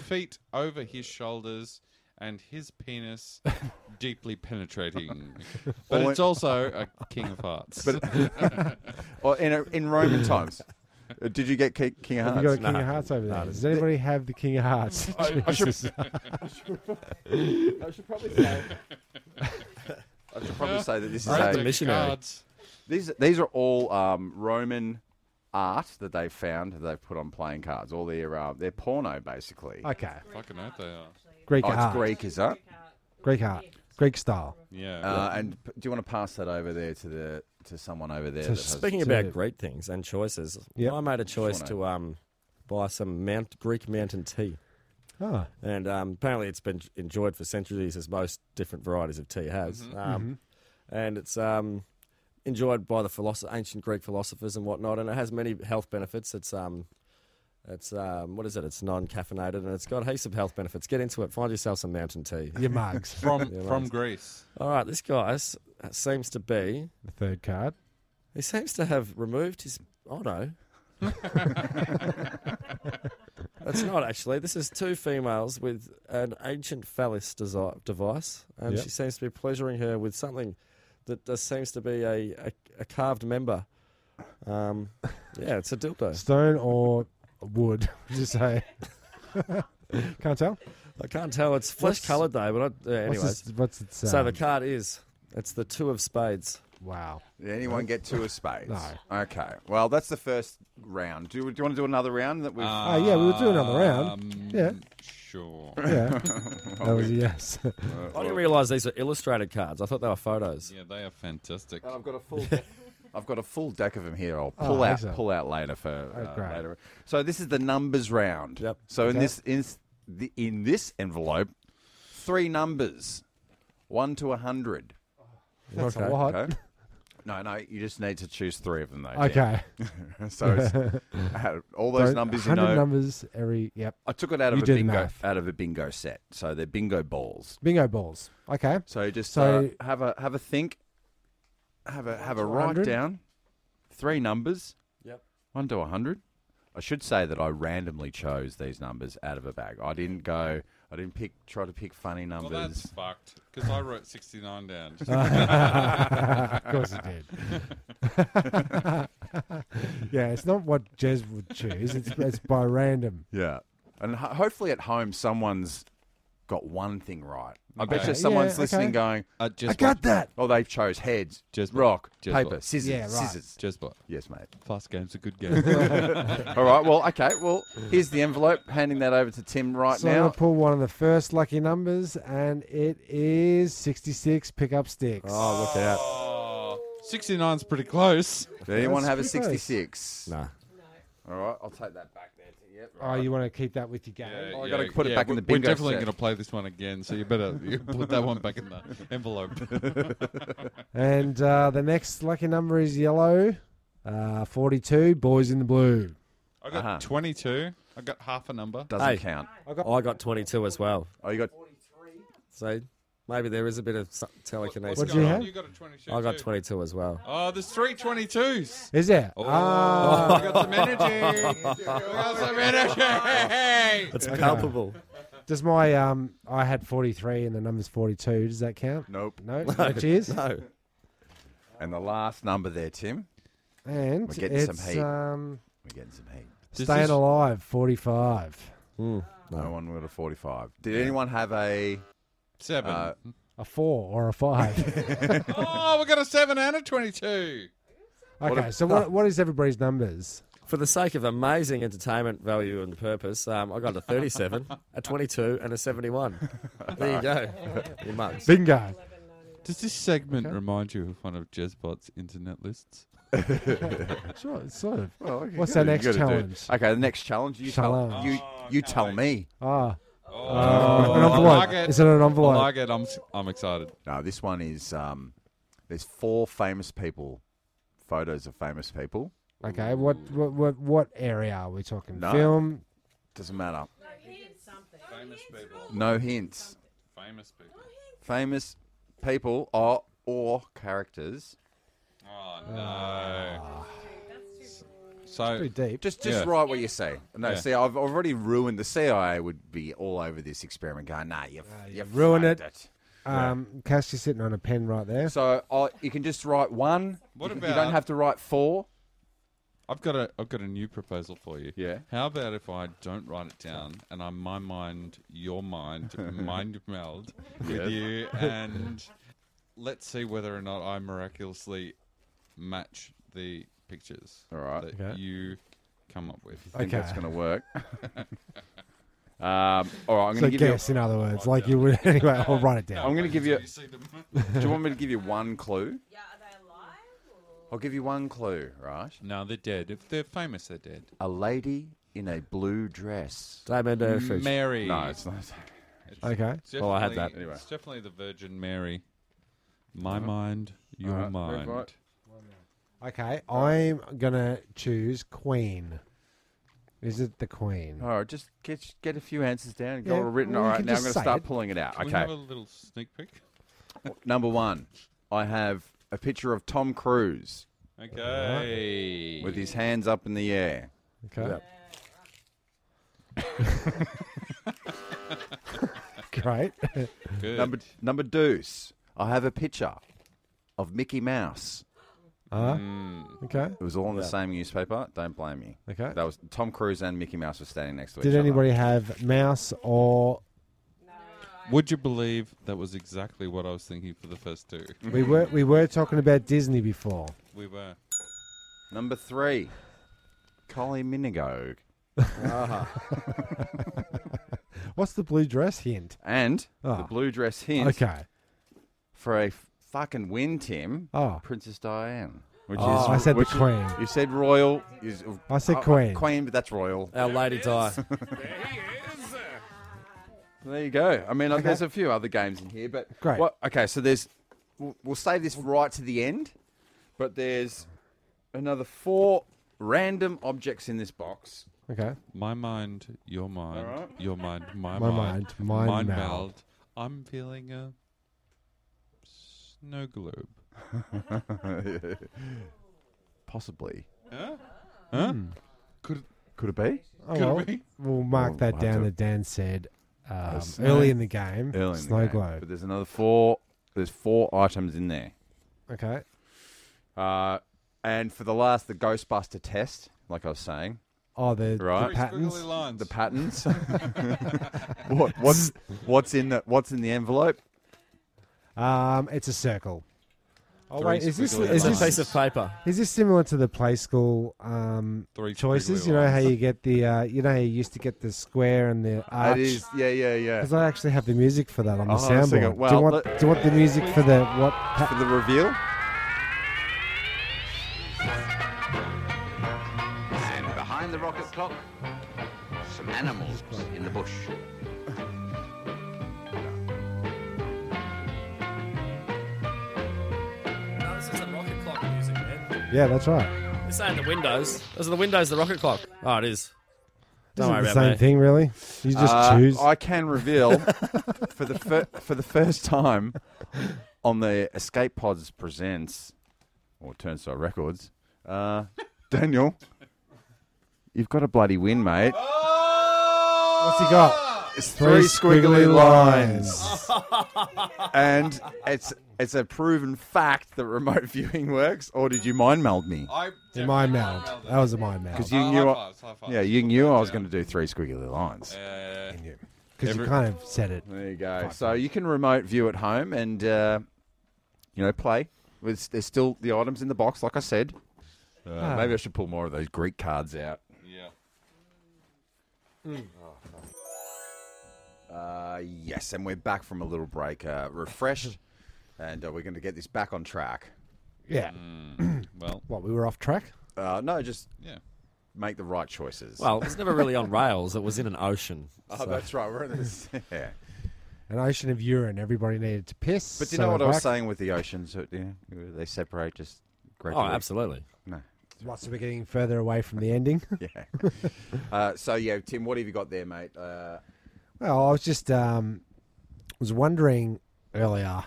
S5: feet over his shoulders and his penis
S2: *laughs*
S5: deeply penetrating. But
S2: Or-
S5: it's also a King of Hearts. *laughs*
S2: But or in a,
S1: *laughs*
S2: in Roman times, Uh, did you get Ki- King of
S1: Have
S2: Hearts?
S1: you got a King
S4: nah,
S1: of Hearts over there?
S4: nah,
S1: Does anybody have the King of Hearts?
S2: *laughs* I, I should, I should probably say. I should probably say that this is
S4: I have
S2: a,
S4: the missionary.
S5: Cards.
S2: these these are all um, Roman art that they found that they've put on playing cards. All their uh, their porno basically.
S1: *laughs* Okay.
S5: Fucking oath they are.
S1: Greek
S2: Oh, it's
S1: art.
S2: Greek, is that?
S1: Greek art. Greek style.
S5: Yeah.
S2: Uh, and p- do you want to pass that over there to the to someone over there?
S1: To
S2: that has-
S1: speak-
S4: *laughs* Speaking
S1: So-
S4: about great things and choices,
S1: Yep.
S4: I made a choice
S2: Shauna.
S4: to um, buy some mount, Greek mountain tea.
S1: Ah,
S4: And um, apparently it's been enjoyed for centuries as most different varieties of tea has.
S2: Mm-hmm.
S4: Um,
S1: Mm-hmm.
S4: And it's um, enjoyed by the philosoph- ancient Greek philosophers and whatnot. And it has many health benefits. It's, um, it's um, what is it? It's non caffeinated and it's got heaps of health benefits. Get into it. Find yourself some mountain tea.
S1: your mugs.
S5: from
S4: Yeah,
S5: from
S4: nice.
S5: Greece.
S4: All right, this guy s- seems to be
S1: the third card.
S4: He seems to have removed his. Oh no. That's not actually. This is two females with an ancient phallus desi- device, and
S1: Yep.
S4: she seems to be pleasuring her with something that there seems to be a, a, a carved member. Um, yeah, it's a dildo.
S1: Stone or wood, *laughs* would you say? Can't tell.
S4: I can't tell. It's flesh coloured though, but I, yeah,
S1: What's,
S4: anyways.
S1: it, what's it say?
S4: So the card is. It's the two of spades.
S1: wow.
S2: Did anyone get two of spades?
S1: No.
S2: Okay. Well, that's the first round. Do, you- do you want to do another round that we've?
S1: Oh, yeah, we'll do another round.
S5: Um,
S1: Yeah.
S5: Sure.
S1: Yeah. that was a yes. *laughs*
S4: I didn't realise these are illustrated cards. I thought they were photos.
S5: Yeah, they are fantastic.
S2: And
S1: *laughs*
S2: I've got a full. deck- I've got a full deck of them here. I'll pull
S1: Oh,
S2: out,
S1: excellent. Oh,
S2: pull out later for uh,
S1: great.
S2: later. So this is the numbers round.
S4: Yep.
S2: So in
S1: Okay.
S2: this in s- the, in this envelope, three numbers, one to a hundred.
S1: That's
S4: Okay.
S1: a lot.
S2: Okay. *laughs* No, no, you just need to choose three of them though.
S1: Okay.
S2: Dan.
S1: *laughs*
S2: so it's, uh, all those
S1: Don't-
S2: numbers you
S1: 100
S2: know.
S1: numbers every. Yep.
S2: I took it out of
S1: You
S2: a
S1: do the
S2: bingo
S1: math.
S2: out of a bingo set. So they're bingo balls.
S1: Bingo balls. Okay. *laughs*
S2: So just
S1: So-
S2: uh, have a have a think, have a have a
S1: to
S2: write
S1: 100?
S2: down, three numbers.
S4: Yep.
S2: One to a hundred. I should say that I randomly chose these numbers out of a bag. I didn't go. I didn't pick. Try to pick funny
S5: well, that's
S2: numbers.
S5: fucked. Because I wrote
S1: *laughs*
S5: 69 down.
S1: of course it did. *laughs* yeah, it's not what Jez would choose. It's, it's by random.
S2: yeah. And ho- hopefully at home someone's got one thing right. I bet
S5: Okay.
S2: you someone's
S1: Yeah, okay.
S2: listening going,
S5: I Uh, just
S2: I got that. Oh, they chose heads,
S5: Just
S2: rock,
S5: Just
S2: paper,
S5: what?
S2: scissors,
S1: Yeah, right.
S2: scissors.
S5: Just what?
S2: Yes, mate.
S5: Fast game's a good game.
S2: All right. Well, okay. Well, here's the envelope. Handing that over to Tim right
S1: so I'm
S2: now.
S1: going to pull one of the first lucky numbers, and it is 66 pickup sticks.
S4: Oh, look out.
S5: 69's Oh, pretty close.
S2: Did anyone
S1: That's
S2: have a
S1: pretty close.
S2: 66?
S4: Nah.
S2: All right, I'll take that back there. Tim. Yep,
S1: Oh,
S2: right.
S1: you want to keep that with your game?
S2: I gotta put it back in
S5: we-
S2: the bingo
S5: We're definitely
S2: set.
S5: going to play this one again, so you better you put that one back in the envelope.
S1: And uh, the next lucky number is yellow, uh, 42, boys in the blue.
S5: I got
S2: Uh-huh.
S5: 22. I got half a number.
S2: Doesn't
S4: Hey.
S2: count.
S4: I got 22 as well.
S2: Oh, you got.
S4: So maybe there is a bit of s- telekinesis.
S1: What'd
S4: going
S1: you
S4: on.
S1: have?
S5: You got a 22.
S4: I got
S5: too.
S4: 22 as well.
S5: Oh, there's three
S1: *laughs*
S5: 22s.
S1: Is there?
S5: Oh,
S1: Ah, *laughs*
S5: we got some energy. we got some energy.
S4: It's palpable.
S1: does my um? I had 43 and the number's 42. Does that count?
S2: Nope.
S1: No. *laughs* no cheers.
S4: No.
S2: And the last number there, Tim.
S1: And
S2: We're getting some
S1: it's
S2: heat.
S1: um,
S2: We're getting some heat.
S5: This
S1: staying
S5: is-
S1: alive, 45.
S2: No one got a 45. Did anyone have a.
S5: Seven.
S2: Uh,
S1: A four or a five.
S5: oh, we got a seven and a 22.
S1: okay, so what, what is everybody's numbers?
S4: For the sake of amazing entertainment value and purpose, um, I got a 37, a 22, and a 71. There you go. You mugs.
S1: Bingo.
S5: Does this segment remind you of one of Jezbot's internet lists?
S1: Sure, it's sort of.
S2: well, okay,
S1: What's
S2: good.
S1: our next
S2: You gotta do-
S1: challenge?
S2: Okay, the next challenge. You tell,
S1: Challenge.
S2: you, you tell me.
S1: Ah,
S5: Oh,
S1: an envelope. Is it an envelope?
S5: I like it. I'm, s- I'm excited.
S2: No, this one is. Um, there's four famous people, photos of famous people.
S1: okay, what, what what what area are we talking?
S2: No.
S1: Film.
S2: Doesn't matter.
S5: Famous people.
S2: No hints.
S5: Famous people.
S2: Famous people or, or characters.
S5: Oh, no.
S2: Ah.
S6: That's too broad.
S5: So,
S2: Uh,
S1: Too deep.
S2: Just just
S5: Yeah.
S2: write what you say. No,
S5: Yeah.
S2: see, I've already ruined the CIA would be all over this experiment going, nah, you've,
S1: you
S2: you've
S1: ruined
S2: flagged
S1: it. Um, Cass, you're sitting on a pen right there.
S2: So I, you can just write one.
S5: What
S2: you, you
S5: about-
S2: don't have to write four.
S5: I've got a I've got a new proposal for you.
S2: Yeah.
S5: How about if I don't write it down and I my mind your
S2: *laughs*
S5: mind mind meld with you and let's see whether or not I miraculously match the pictures
S2: All right.
S5: that
S1: Okay.
S5: you come up with.
S2: I think that's
S1: Okay.
S2: going to work. *laughs* um, all right, I'm going to
S1: so
S2: give
S1: guess, in other words, like you would. *laughs*
S2: *laughs*
S1: Anyway, I'll write it
S2: you. I'm
S1: down.
S2: going to
S1: *laughs*
S2: give you.
S5: You see them? *laughs*
S2: Do you want me to give you one clue?
S6: Yeah, are they alive? Or...
S2: I'll give you one clue. Right,
S5: no, they're dead. If they're famous, they're dead.
S2: a lady in a blue dress.
S4: Damon Derfridge.
S5: Mary.
S2: No, it's not.
S5: It's
S1: Okay.
S5: definitely-
S4: Well, I had that.
S2: Anyway.
S5: It's definitely the Virgin Mary. My mind, your
S2: All right,
S5: mind.
S2: move right.
S1: Okay, I'm gonna choose Queen. Is it the Queen?
S2: All right, just get get a few answers down and go
S1: Yeah,
S2: all written.
S1: well,
S2: All
S1: you
S2: right,
S1: can
S2: now I'm
S1: just
S2: going to
S1: say
S2: start
S1: it.
S2: pulling it out.
S5: Can we
S2: okay,
S5: have a little sneak peek?
S2: number one, I have a picture of Tom Cruise
S5: Okay.
S2: with his hands up in the air.
S1: Okay,
S4: Yeah.
S1: *laughs* great. *laughs*
S5: Good.
S2: Number number deuce. I have a picture of Mickey Mouse.
S1: Uh,
S5: Mm.
S1: okay,
S2: It was all in the
S4: Yeah.
S2: same newspaper. Don't blame me.
S1: okay.
S2: Hmm. That was Tom Cruise and Mickey Mouse were standing next to each
S1: Did
S2: other.
S1: anybody have mouse or
S6: No.
S5: Would you believe that was exactly what I was thinking for the first two?
S1: we were we were talking about Disney before?
S5: We were.
S2: Number three, Kylie Minogue
S1: What's the blue dress hint?
S2: and the
S1: Ah.
S2: blue dress hint
S1: Okay.
S2: for a f- fucking win, Tim.
S1: Oh.
S2: Princess Diane, which
S4: Oh,
S2: is
S1: Ah, I said the
S2: which-
S1: Queen.
S2: You said royal. You, s-
S1: I said
S2: uh, uh,
S1: Queen.
S2: Queen, but that's royal.
S4: Our Lady Di.
S2: There you go. I mean, uh, there's a few other games in here, but
S1: Great.
S2: What, okay, so there's we'll, we'll save this right to the end, but there's another four random objects in this box. *laughs*
S1: Okay.
S5: My mind, your mind,
S2: Alright.
S5: your mind, my,
S1: My
S5: mind,
S1: mind, mind meld.
S5: meld. I'm feeling a snow globe.
S2: Possibly.
S5: Huh? Huh? Could
S2: Could it be?
S1: Oh,
S5: Could
S1: well,
S5: be.
S1: we'll mark
S2: We'll
S1: that
S2: have
S1: down
S2: to-
S1: that Dan said um,
S2: snow-
S1: early in the game.
S2: Early in
S1: snow
S2: the game, But
S1: globe.
S2: there's another four. There's four items in there.
S1: Okay.
S2: Uh, and for the last, the Ghostbuster test, like I was saying,
S1: Oh, the,
S2: Right.
S1: the
S5: three
S1: patterns.
S5: squiggly lines.
S2: the patterns. *laughs* what, what's what's in the what's in the envelope?
S1: Um, it's a circle. Oh
S5: Three
S1: wait, is this
S5: squiggly
S1: is
S4: It's a
S5: lines.
S1: this
S4: piece of paper.
S1: is this similar to the play school um,
S5: Three
S1: choices?
S5: squiggly
S1: You know how
S5: lines.
S1: you get the uh, you know how you used to get the square and the arch.
S2: That is, yeah, yeah, yeah.
S1: Because I actually have the music for that on the
S2: Oh, I was
S1: soundboard.
S2: thinking,
S1: do,
S2: well,
S1: you want,
S2: let-
S1: do you want the music for the what?
S2: For the reveal.
S3: And behind the rocket clock, some animals in the bush.
S4: No, this isn't rocket clock music, man.
S1: Yeah, that's right.
S4: This ain't the Windows. Those are the Windows, the rocket clock. Oh, it is. Don't
S1: Isn't
S4: worry
S1: it the
S4: about
S1: same
S4: me.
S1: thing, really. You just
S2: Uh,
S1: choose.
S2: I can reveal for the fir- for the first time on the Escape Pods presents or Turnstile Records. Uh, Daniel, you've got a bloody win, mate.
S5: Oh!
S1: What's he got?
S2: It's three, squiggly, lines, and it's it's a proven fact that remote viewing works. Or did you mind meld me?
S5: I
S1: In my
S5: definitely
S1: meld.
S5: meld
S1: That was a mind meld.
S2: 'Cause
S1: Because
S2: you
S5: Ah,
S2: knew
S5: high
S2: I-
S5: fives, high fives.
S2: Yeah, you knew I was going to do three squiggly lines.
S5: Yeah.
S1: you, 'Cause you
S5: Every-
S1: kind of said it.
S2: There you go. So you can remote view at home and uh, you know play. There's, there's still the items in the box, like I said. Uh, Maybe I should pull more of those Greek cards out.
S5: Yeah.
S2: Uh, yes, and we're back from a little break, uh, refreshed, and uh, we're going to get this back on track.
S1: Yeah.
S5: Well,
S1: What? We were off track.
S2: Uh, no, just
S5: yeah.
S2: make the right choices.
S4: Well, it was never really on rails. It was in an ocean.
S2: oh,
S4: so-
S2: that's right. We're in *laughs* this. yeah.
S1: An ocean of urine. Everybody needed to piss.
S2: But do you
S1: so
S2: know what
S1: we're
S2: I was
S1: back.
S2: saying with the oceans? uh, You know, they separate just
S4: Oh,
S2: gradually.
S4: absolutely.
S2: No. *laughs*
S1: What, so we're getting further away from the ending.
S2: Yeah. *laughs* uh, so yeah, Tim, what have you got there, mate? Uh,
S1: well, I was just um, was wondering
S2: *laughs*
S1: earlier.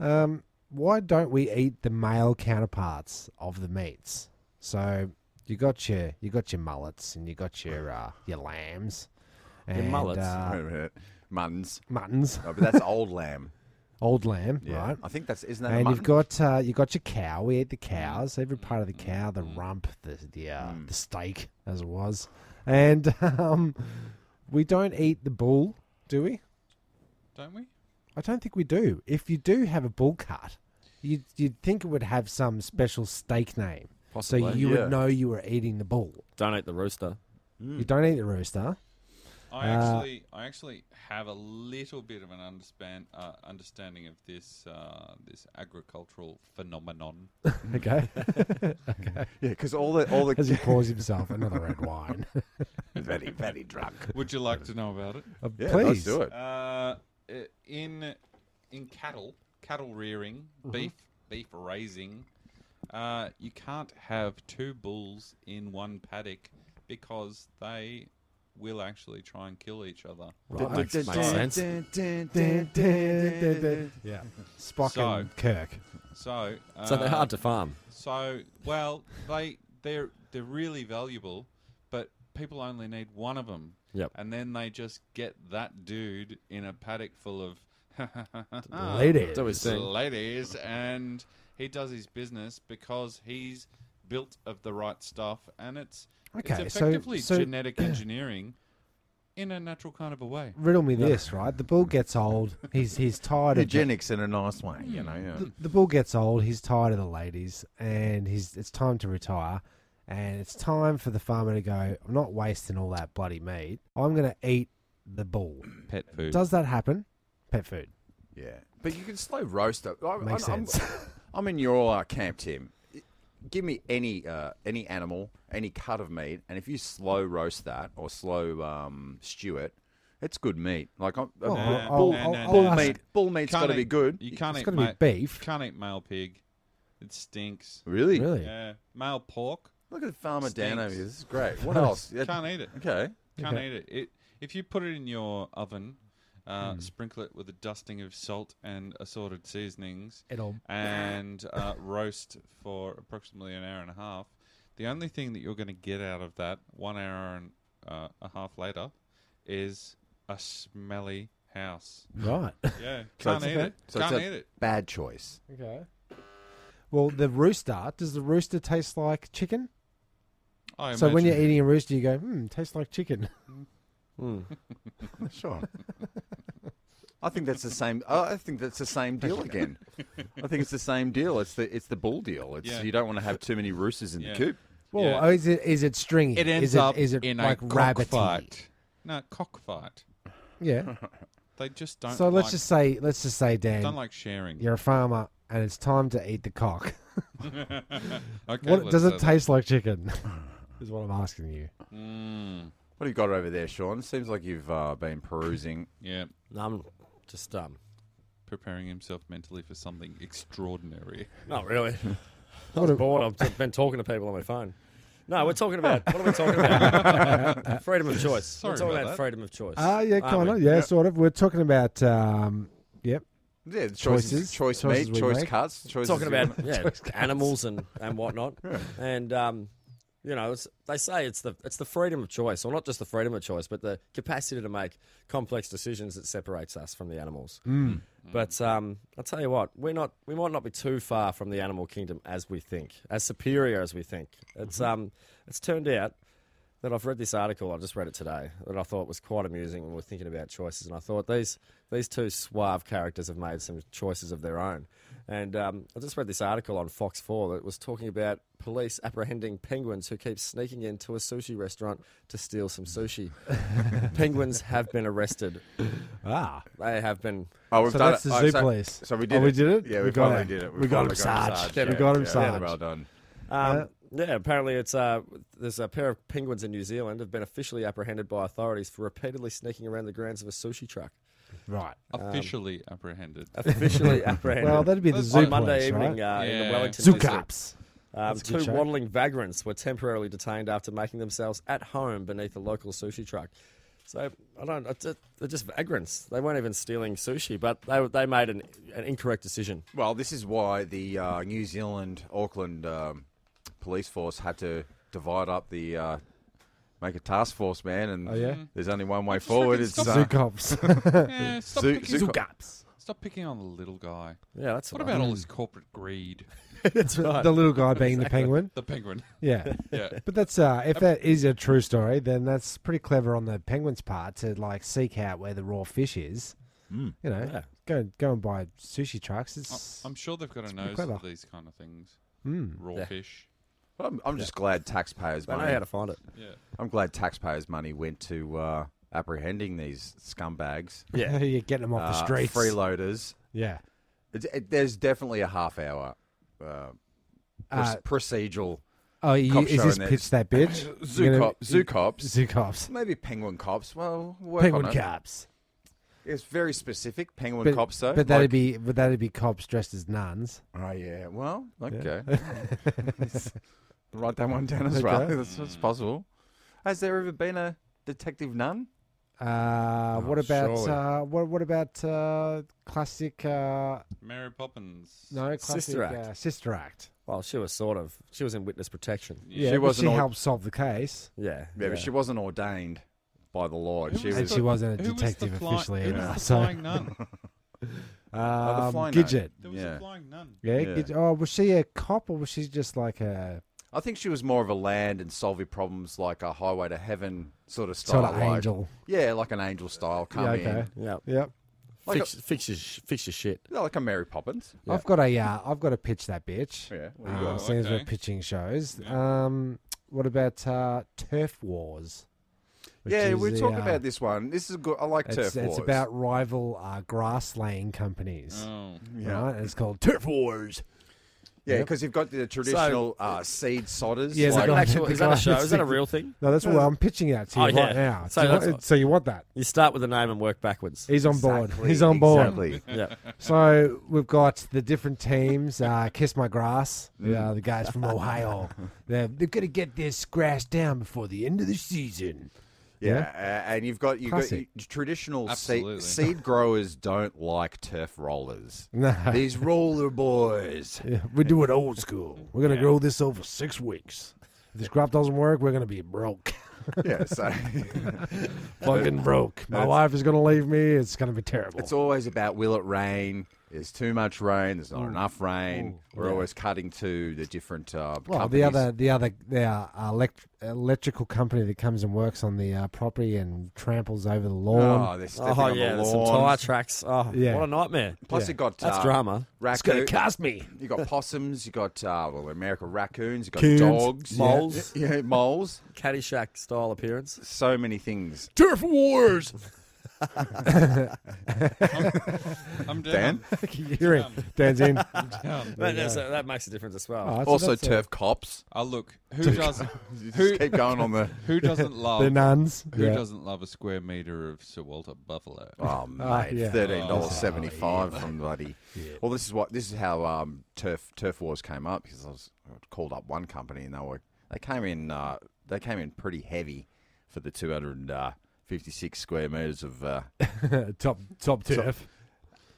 S1: um, why don't we eat the male counterparts of the meats? So you got your you got your mullets and you got your uh, your lambs and
S4: mullets?
S2: Wait a
S1: uh,
S2: minute. Muttons.
S1: muttons,
S2: No, but that's old lamb.
S1: old lamb,
S2: Yeah.
S1: right?
S2: I think that's isn't that a
S1: And you've
S2: mutton?
S1: got
S2: Mm.
S1: uh, you got your cow. We ate the cows. Every part of the cow, the rump, the the, uh, the steak, as it was, and *laughs* um, we don't eat the bull, do we?
S5: don't we?
S1: I don't think we do. If you do have a bull cart, you'd, you'd think it would have some special steak name. so
S4: Possibly,
S1: you
S2: yeah.
S1: would know you were eating the bull.
S4: Don't eat the rooster.
S1: You don't eat the rooster. Uh,
S5: I actually, I actually have a little bit of an understand uh, understanding of this uh, this agricultural phenomenon.
S1: Okay. *laughs*
S2: Yeah, because all the all
S1: As he
S2: the
S1: pours himself another red wine.
S2: *laughs* very very drunk.
S5: Would you like to know about it?
S1: Uh,
S2: Yeah,
S1: Please.
S2: let's do it.
S5: Uh, i- in in cattle, cattle rearing,
S4: Mm-hmm.
S5: beef beef raising, uh, you can't have two bulls in one paddock because they will actually try and kill each other.
S4: Right. Makes, makes sense.
S1: Dun, dun, dun, dun. Yeah. Spock
S5: So-
S1: and Kirk.
S5: So, uh,
S4: So they're hard to farm.
S5: So, well, they they're they're really valuable, but people only need one of them.
S4: Yep.
S5: And then they just get that dude in a paddock full of
S1: *laughs*
S5: Ah.
S1: Ladies.
S4: Do his thing.
S5: ladies, and he does his business because he's built of the right stuff, and it's
S1: Okay,
S5: it's
S1: so-
S5: effectively
S1: so- *clears throat*
S5: genetic engineering in a natural kind of a way.
S1: Riddle me this, right? The bull gets old. He's he's tired of the- Mm.
S2: Eugenics in a nice way, you know. Yeah.
S1: the, the bull gets old. He's tired of the ladies, and he's it's time to retire. And it's time for the farmer to go. I'm not wasting all that bloody meat. I'm going to eat the bull.
S5: Pet food.
S1: Does that happen? Pet food.
S2: Yeah, but you can slow roast it. I,
S1: Makes
S2: I'm,
S1: sense.
S2: I'm, *laughs* I'm in your uh, camp, Tim. Give me any uh, any animal, any cut of meat, and if you slow roast that or slow um, stew it, it's good meat. Like I'm,
S1: Oh,
S2: uh,
S5: Nah,
S1: I'll,
S2: bull,
S5: nah,
S1: I'll-
S5: nah,
S1: I'll
S2: bull
S5: nah.
S1: ask-
S2: meat, bull meat's
S5: Can't
S2: got to be
S5: eat-
S2: good.
S5: You can't
S1: It's
S5: eat
S1: got to
S5: ma-
S1: be beef.
S5: Can't eat male pig. It stinks.
S2: Really?
S1: Really?
S5: Yeah, male pork.
S2: Look at Farmer Dan
S5: Stinks.
S2: over here. This is great. What else? Yeah,
S5: Can't e- eat it.
S2: Okay.
S5: Can't
S1: Okay.
S5: eat it. it. If you put it in your oven,
S1: Hmm.
S5: uh, sprinkle it with a dusting of salt and assorted seasonings,
S1: It'll
S5: and
S1: *laughs*
S5: uh, roast for approximately an hour and a half. The only thing that you're going to get out of that one hour and uh, a half later is a smelly
S1: *laughs*
S5: house.
S1: right.
S5: Yeah,
S2: So it's-
S5: can't eat it.
S2: So
S5: can't
S2: it's a
S5: eat it.
S1: *laughs*
S2: Bad choice.
S1: Okay. Well, the rooster. Does the rooster taste like chicken?
S5: I
S1: so when you're
S5: imagine-
S1: eating a rooster, you go, hmm, tastes like chicken. *laughs*
S4: Hmm.
S2: Sure. I think that's the same. I I think that's the same deal again. I think it's the same deal. It's the it's the bull deal. It's
S5: Yeah.
S2: you don't want to have too many roosters in
S5: Yeah.
S2: the coop.
S1: Well,
S5: Yeah.
S1: oh, is it is it stringy?
S5: it ends
S1: is it,
S5: up
S1: is it
S5: in
S1: like
S5: a
S1: rabbity?
S5: *laughs* cockfight. No, cockfight.
S1: Yeah.
S5: They just don't.
S1: so let's
S5: like-
S1: just say let's just say Dan,
S5: don't like sharing.
S1: you're a farmer, and it's time to eat the cock.
S5: Okay,
S1: What
S5: let's uh,
S1: does
S5: say
S1: it
S5: that.
S1: taste like *laughs* chicken? is what I'm asking you.
S2: What have you got over there, Sean? Seems like you've uh,
S1: *laughs*
S2: been perusing.
S5: Yeah,
S4: No, I'm just um.
S5: preparing himself mentally for something extraordinary.
S4: Not *laughs* really. I was bored. I've just been talking to people on my phone. No, we're talking about what are we talking about? *laughs* freedom of choice.
S5: Sorry
S4: we're talking
S5: about
S4: about
S5: that.
S4: freedom of choice.
S1: Ah, yeah,
S4: aren't
S1: kind
S4: we?
S1: of. Yeah, sort of. We're talking about. Um, yep.
S2: Yeah, the
S1: Choices.
S2: choices, choice
S1: Choices
S2: meat,
S1: we
S2: choice
S1: make.
S2: cuts, choices.
S4: talking
S2: you
S4: about yeah, *laughs* animals and, and whatnot. And um, you know, it's, they say it's the it's the freedom of choice, or not just the freedom of choice, but the capacity to make complex decisions that separates us from the animals.
S2: Mm.
S4: But um, I'll tell you what, we're not we might not be too far from the animal kingdom as we think, as superior as we think. It's
S2: Mm-hmm.
S4: um, it's turned out that I've read this article. I just read it today that I thought was quite amusing when we are thinking about choices, and I thought these these two suave characters have made some choices of their own. And um, I just read this article on Fox Four that was talking about police apprehending penguins who keep sneaking into a sushi restaurant to steal some sushi.
S1: *laughs*
S4: penguins have been arrested.
S1: Ah,
S4: They have been.
S2: Oh, we've
S1: So
S2: done
S1: that's
S2: it.
S1: the
S2: Oh,
S1: zoo
S2: so,
S1: police.
S2: So we did.
S1: Oh, we
S2: it.
S1: did it?
S2: Yeah, we,
S1: We got
S2: finally
S1: him.
S2: did it.
S1: We got him
S2: finally
S1: sarged.
S2: Yeah,
S1: We got him
S2: yeah,
S1: sarged.
S2: Well done.
S4: Um,
S1: Uh,
S4: yeah, apparently it's uh, there's a pair of penguins in New Zealand have been officially apprehended by authorities for repeatedly sneaking around the grounds of a sushi truck.
S1: right.
S2: Um,
S5: Officially apprehended.
S1: *laughs*
S4: Officially apprehended.
S1: Well, that'd be the
S5: On
S1: zoo
S4: on
S1: police,
S4: Monday
S1: right?
S4: evening uh, in
S5: Yeah.
S4: the Wellington
S1: zoo
S4: district.
S1: cops.
S4: Um,
S1: That's a good
S4: two
S1: show.
S4: waddling vagrants were temporarily detained after making themselves at home beneath a local sushi truck. So I don't. It's just, they're just vagrants. They weren't even stealing sushi, but they they made an, an incorrect decision.
S2: Well, this is why the uh, New Zealand Auckland um, police force had to divide up the uh, make a task force, man. And
S1: Oh, yeah?
S2: there's only one way forward.
S5: reckon
S2: It's
S5: stop
S2: uh,
S1: Zoo
S2: *laughs*
S1: cops.
S5: Yeah, stop,
S2: Zoo-
S5: picking,
S2: Zoo-
S5: stop picking on the little guy.
S4: Yeah, that's
S5: What about
S4: *laughs*
S5: all this corporate greed?
S4: that's right.
S1: the little guy being the penguin.
S5: The penguin. *laughs*
S1: Yeah.
S5: Yeah.
S1: But that's uh, if that is a true story, then that's pretty clever on the penguin's part to like seek out where the raw fish is.
S2: Hmm.
S1: Mm. You know,
S4: Yeah.
S1: go go and buy sushi trucks.
S5: I-
S1: It's
S5: I'm sure they've got a
S1: pretty
S5: nose
S1: clever.
S5: for these kind of things.
S1: *laughs* Mm.
S5: Raw
S4: Yeah.
S5: fish.
S2: I'm, I'm just glad taxpayers'
S4: They know how
S2: money.
S4: to find it.
S5: Yeah.
S2: I'm glad taxpayers' money went to uh, apprehending these scumbags,
S4: Yeah.
S1: you're getting them off the
S2: uh,
S1: streets.
S2: freeloaders.
S1: Yeah.
S2: It's, it, there's definitely a half hour uh,
S1: Uh,
S2: proc- procedural.
S1: Oh, you,
S2: Cop
S1: is
S2: show
S1: this
S2: in it.
S1: pitch that bitch? *laughs*
S2: Zoo,
S1: You know,
S2: cop, zoo cops,
S1: Zoo cops.
S2: maybe penguin cops. Well, we'll work
S1: Penguin
S2: on it.
S1: cops.
S2: It's very specific. Penguin
S1: But-
S2: cops, though.
S1: But that'd
S2: like-
S1: be but that'd be cops dressed as nuns.
S2: Oh yeah. Well,
S1: Yeah.
S2: okay.
S1: *laughs*
S2: *laughs* Write that one down as well. *laughs*
S1: Okay.
S2: That's, that's possible. Has there ever been a detective nun? Oh,
S1: Uh, what about
S4: surely.
S1: uh, what what about uh, classic? Uh,
S5: Mary Poppins.
S1: no, classic
S4: Sister Act.
S1: Uh, sister act.
S4: Well, she was sort of. She was in witness protection.
S1: Yeah,
S2: She
S1: but
S2: wasn't
S1: she
S2: all-
S1: helped solve the case,
S4: Yeah.
S2: Yeah, but she wasn't ordained by the Lord.
S5: Who
S2: She
S5: was
S1: and
S2: was.
S5: the-
S1: she wasn't a
S5: Who was the
S1: detective
S5: fly-
S1: officially
S5: who
S1: either.
S5: was the
S1: so,
S5: flying nun?
S2: Oh, the
S1: um,
S2: flying nun.
S1: Gidget.
S5: There was
S2: Yeah.
S5: a
S2: *laughs*
S5: flying nun.
S1: Yeah,
S2: Yeah.
S1: Gidget. Oh, was she a cop or was she just like a
S2: I think she was more of a land and solving problems like a highway to heaven sort of style.
S1: sort of
S2: like-
S1: angel?
S2: Yeah, like an angel style come
S1: Yeah, okay.
S2: in.
S4: Yeah.
S1: Yep.
S2: Like
S4: fix, fix your sh- fix your shit.
S2: Yeah, like a Mary Poppins.
S4: Yeah.
S1: I've got a uh, I've got a pitch that bitch.
S2: Yeah. what do you
S1: Uh,
S2: got?
S5: Oh,
S1: seems we're
S5: okay.
S1: pitching shows. Um, what about uh, turf wars? Which
S2: yeah,
S1: is
S2: we
S1: the,
S2: talk
S1: uh,
S2: about this one. This is good. I like
S1: It's,
S2: turf
S1: it's
S2: wars. Uh,
S1: about rival uh, grass laying companies.
S5: Oh.
S2: yeah.
S1: Right? And it's called Turf Wars.
S2: Yeah,
S1: Yep.
S2: because you've got the traditional uh, seed sodders.
S1: Yeah,
S2: Yeah,
S1: the
S2: like,
S1: guy-
S4: Actual, is that a show?
S1: guy-
S4: Is that a real thing?
S1: No, that's what I'm pitching out to you
S4: Oh, yeah.
S1: right now.
S4: So
S1: So,
S4: that's
S1: you,
S4: what-
S1: want, so you want that?
S4: You start with a name and work backwards.
S1: He's on board. He's on board.
S2: Exactly.
S4: Yeah.
S1: So we've got the different teams. Uh, Kiss My Grass, uh, the guys
S2: *laughs*
S1: from Ohio. They're, they're going to get this grass down before the end of the season.
S2: Yeah,
S1: Yeah.
S2: uh, and you've got you've got
S1: Classic.
S2: your traditional
S5: Absolutely.
S2: seed, seed growers don't like turf rollers.
S1: No.
S2: These roller boys.
S1: Yeah, we do it old school. We're going to grow this over six weeks. If this crop doesn't work, we're going to be
S2: *laughs*
S1: broke.
S2: Yeah, so
S1: Fucking broke. My wife is going to leave me. It's going to be terrible.
S2: it's always about will it rain? There's too much rain. There's not enough rain. We're always cutting to the different uh,
S1: Well,
S2: companies.
S1: the other, the other, the uh, elect- electrical company that comes and works on the uh, property and tramples over the
S2: Oh,
S1: lawn.
S2: they're stepping
S4: Oh
S2: on
S4: yeah,
S2: the
S4: there's some
S2: lawns.
S4: tire tracks. Oh,
S1: Yeah.
S4: what a nightmare.
S2: Plus, you got
S4: That's
S2: uh,
S4: drama.
S1: it's going to
S2: Raccoon,
S1: cost me.
S2: you got possums. You got uh, well, American raccoons. You got
S1: Coons.
S2: dogs,
S4: Moles.
S2: *laughs* yeah, moles.
S4: Caddyshack style appearance.
S2: So many things.
S1: Turf wars.
S5: I'm down.
S2: Dan.
S1: *laughs* You're in. Dan's *laughs* in. Oh,
S5: down.
S2: *laughs*
S4: That, that's- that makes a difference as well.
S1: so
S2: Also,
S1: that's, uh,
S2: turf cops.
S5: Oh, look, who doesn't
S2: *laughs* You just
S5: who
S2: keep going on the. *laughs*
S5: who doesn't
S1: the
S5: love
S1: nuns.
S5: who
S1: yeah.
S5: doesn't love a square meter of Sir Walter Buffalo?
S2: Oh
S1: *laughs* Ah,
S2: mate,
S1: yeah.
S2: thirteen dollars seventy five from bloody. Well, this is what this is how um, turf turf wars came up because I was I called up one company and they were they came in uh, they came in pretty heavy for the two hundred fifty six square meters of uh,
S1: *laughs* top top turf.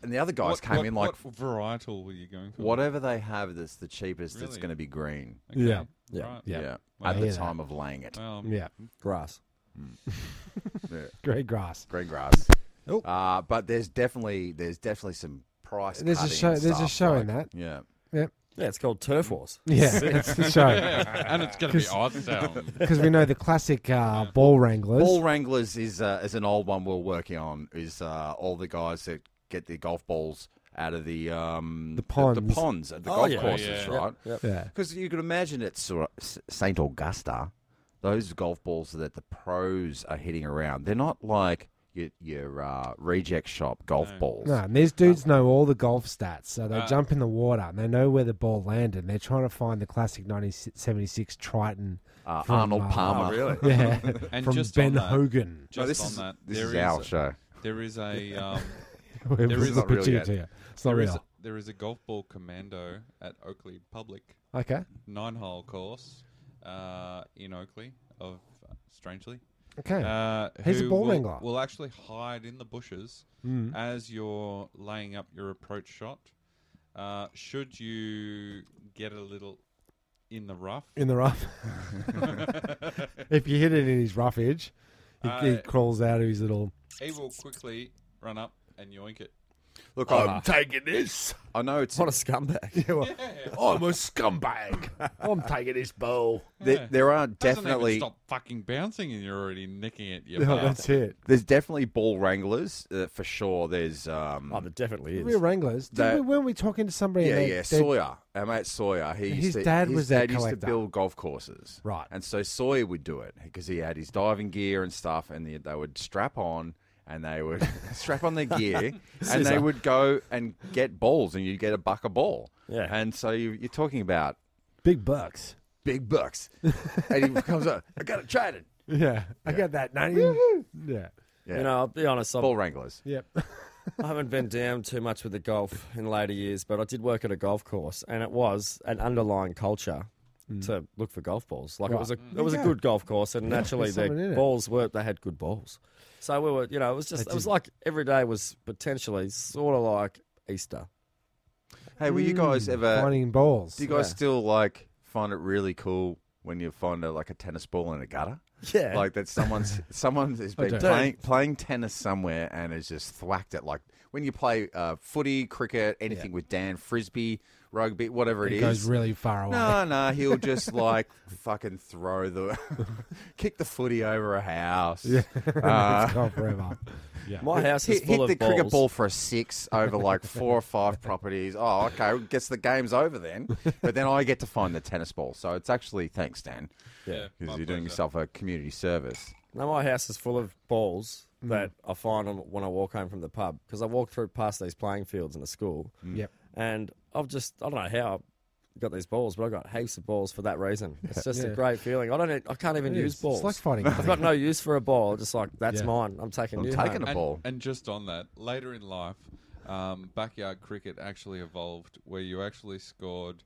S2: and the other guys
S5: What-
S2: came
S5: what-
S2: in like
S5: what varietal were you going for?
S2: whatever they have that's the cheapest that's
S5: Really?
S2: going to be green.
S5: Okay,
S1: Yeah.
S4: Yeah.
S5: right. Um,
S1: Yeah.
S2: Yeah, at
S5: Wow.
S1: I
S2: the
S1: hear that.
S2: time of laying it,
S5: Well,
S1: Yeah,
S4: Grass.
S2: Yeah,
S1: great grass.
S2: green grass.
S1: Oh.
S2: Uh, but there's definitely there's definitely some price.
S1: There's a
S2: cutting
S1: show.
S2: and
S1: There's a
S2: stuff,
S1: show
S2: like-
S1: in that.
S2: Yeah.
S4: Yeah, it's called Turf Wars.
S1: Yeah, that's the
S2: *laughs*
S1: show
S5: *laughs* and it's going to be odd sound.
S1: because we know the classic uh, ball wranglers.
S2: Ball Wranglers is uh, is an old one we're working on. Is uh, all the guys that get their golf balls out of the um,
S1: The
S2: the,
S1: ponds.
S2: ponds at the
S4: Oh,
S2: golf
S4: yeah.
S2: courses,
S5: Yeah.
S2: right?
S4: Yep.
S1: yeah,
S2: Because you could imagine at Sur- S- St Augusta, those golf balls that the pros are hitting around, they're not like your, your uh, reject shop golf balls.
S1: no, and these dudes know all the golf stats, so they
S5: Uh,
S1: jump in the water and they know where the ball landed. And they're trying to find the classic 1976 Triton.
S2: Uh,
S1: from,
S2: Arnold
S1: uh,
S2: Palmer. really? *laughs*
S1: Yeah, *laughs*
S5: And
S1: from
S5: just on
S1: Ben
S5: that-
S1: Hogan.
S5: Just
S2: this
S5: on
S2: is
S5: that,
S2: this
S5: there
S2: is
S5: is
S2: our
S5: a-
S2: show.
S5: There is
S2: *laughs*
S5: a um,
S1: We'll
S5: There
S1: put
S5: is
S1: the
S2: not real
S1: picture
S2: yet.
S1: to you. It's not
S5: there is
S1: real.
S5: a, there is a golf ball commando at Oakley Public
S1: Okay.
S5: nine hole course uh, in Oakley of uh, strangely
S1: Okay.
S5: Uh,
S1: He's a
S5: who
S1: ball Hmm.
S5: will,
S1: wrangler.
S5: Will actually hide in the bushes as you're laying up your approach shot. Uh, should you get a little in the rough,
S1: in the
S5: *laughs*
S1: rough. if you hit it in his rough edge, he, he
S5: Uh,
S1: crawls out of his
S5: *laughs*
S1: little.
S5: he will quickly run up and yoink it.
S2: Look, I,
S1: taking this.
S2: I know it's
S4: What a *laughs* scumbag.
S1: I'm a scumbag. I'm taking this bowl.
S2: there, there are
S5: Doesn't even
S2: definitely
S5: stop fucking bouncing, and you're already nicking it. You
S1: No,
S5: bastard.
S1: that's it.
S2: there's definitely ball wranglers uh, for sure. There's um,
S4: oh, there definitely
S1: Real
S4: is.
S1: Wranglers. Did
S2: That-
S1: we, weren't we talking to somebody?
S2: Yeah,
S1: and they-
S2: yeah.
S1: they-
S2: Sawyer, our mate Sawyer. He used
S1: His
S2: to,
S1: dad
S2: his
S1: was a
S2: dad used to
S1: collector.
S2: build golf courses,
S1: Right.
S2: And so Sawyer would do it because he had his diving gear and stuff, and they, they would strap on and they would *laughs* strap on
S1: *laughs*
S2: their gear, and they
S4: Scissor.
S2: would go and get balls, and you get a buck a ball.
S4: Yeah.
S2: And so you, you're talking about
S1: big bucks. *laughs*
S2: big bucks, and he comes up. I got a trident.
S1: Yeah, I got that. 90. Yeah,
S2: Yeah.
S4: You know, I'll be honest. I've,
S2: ball wranglers.
S1: yep.
S4: I haven't been down too much with the golf in later years, but I did work at a golf course, and it was an underlying culture to look for golf balls. Like it was a it was a
S1: Yeah.
S4: good golf course, and naturally
S1: there's something in
S4: the
S1: it.
S4: balls were they had good balls. So we were, you know, it was just it was like every day was potentially sort of like Easter.
S2: Hey, were you
S1: Hmm.
S2: guys ever?
S1: Finding balls.
S2: do you guys
S4: Yeah.
S2: still like find it really cool when you find a, like a tennis ball in a gutter?
S4: Yeah,
S2: like that someone's someone has been
S1: don't.
S2: playing playing tennis somewhere and has just thwacked it like when you play uh, footy cricket anything with dan frisbee rugby whatever it
S1: It
S2: is
S1: goes really far away.
S2: no no he'll just like fucking throw the *laughs* kick the footy over a house yeah.
S1: *laughs* it's gone forever.
S4: my house is
S2: Hit,
S4: full
S2: hit
S4: of
S2: the cricket
S4: balls.
S2: ball
S4: *laughs*
S2: for a six over like four or five properties. Oh, okay. well, guess the game's over then. But then I get to find the tennis ball. So it's actually thanks, Dan,
S5: Yeah,
S2: because
S5: my
S2: you're doing
S5: pleasure.
S2: yourself a community service.
S4: Now my house is full of balls
S1: Mm.
S4: that I find on, when I walk home from the pub because I walk through past these playing fields in the school,
S1: Yep.
S4: and I've just I don't know how I got these balls, but I got heaps of balls for
S2: *laughs*
S4: that reason. It's just
S1: Yeah.
S4: a great feeling. I don't e- I can't even
S1: It
S4: use
S1: is.
S4: balls.
S1: It's like fighting. *laughs*
S4: I've got no use for a ball. Just like that's
S1: Yeah.
S4: mine. I'm taking.
S2: I'm
S4: you
S2: taking
S4: home.
S2: a
S5: and,
S2: ball.
S5: and just on that, later in life, um, backyard cricket actually evolved where you actually scored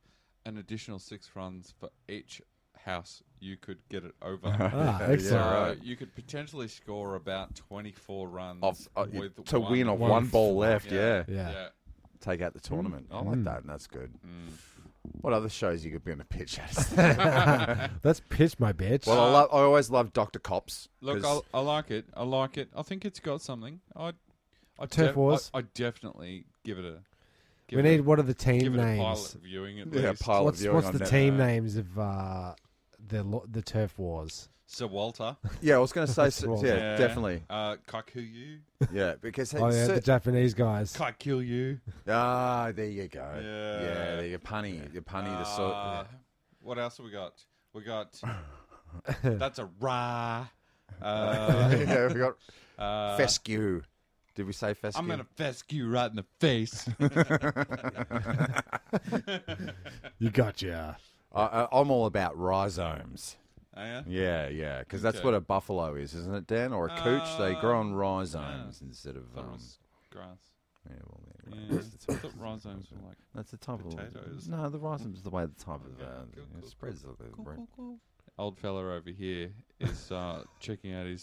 S5: an additional six runs for each house you could get it
S1: *laughs*
S2: *laughs*
S5: over.
S1: Ah,
S5: So
S1: excellent.
S2: right.
S5: you could potentially score about 24 runs
S2: of, uh,
S5: with
S2: to
S5: one-
S2: win off one,
S1: one
S2: ball left. Yeah.
S1: Yeah.
S5: yeah.
S2: take out the tournament. I
S4: Mm.
S2: like that, and that's good.
S5: Mm.
S2: What other shows you could be on a pitch
S4: *laughs*
S2: at?
S1: That's pitch, my bitch.
S2: well, I, love, I always love Doctor Cops.
S5: Look,
S2: 'cause-
S5: I, I like it. I like it. I think it's got something. I, I
S1: Turf
S5: def-
S1: Wars?
S5: I, I definitely give it a. Give
S1: we
S5: it
S1: need
S5: a,
S1: what are the team
S5: give it a pilot
S1: names?
S5: viewing at
S2: yeah,
S5: least.
S2: pile
S1: What's,
S2: of viewing
S1: what's
S2: on
S1: the
S2: Net-
S1: team names of uh, the lo- the turf wars?
S5: Sir Walter,
S2: Yeah, I was going to say, so-
S1: wrong.
S2: yeah,
S5: Yeah.
S2: definitely,
S5: uh, Kakuyu,
S2: yeah, because
S1: Oh yeah,
S2: so-
S1: the Japanese guys.
S5: Kakuyu.
S2: ah, there you go,
S5: Yeah.
S2: yeah, the, your punny, your punny, the sort.
S5: Uh, What else have we got? We
S2: *laughs*
S5: got. that's a ra. Uh,
S2: *laughs* yeah, we got
S5: uh,
S2: fescue. Did we say fescue?
S5: I'm gonna fescue you right in the face. *laughs*
S1: You gotcha.
S2: I, I, I'm all about rhizomes.
S5: Oh, yeah?
S2: Yeah, yeah, because that's
S5: Okay. Uh,
S2: what a buffalo is, isn't it, Dan? Or a cooch? they grow on rhizomes instead of.
S5: Thought it
S2: Um,
S5: was grass.
S2: yeah, well, yeah,
S5: *laughs*
S2: right.
S5: Yeah.
S2: That's the
S5: I
S2: type-
S5: thought rhizomes were like.
S2: That's the type
S5: Potatoes.
S2: of no, the rhizomes is the way the type of uh,
S5: cool,
S2: it
S5: cool,
S2: spreads. the
S5: Old fella over here is uh, *laughs* checking out his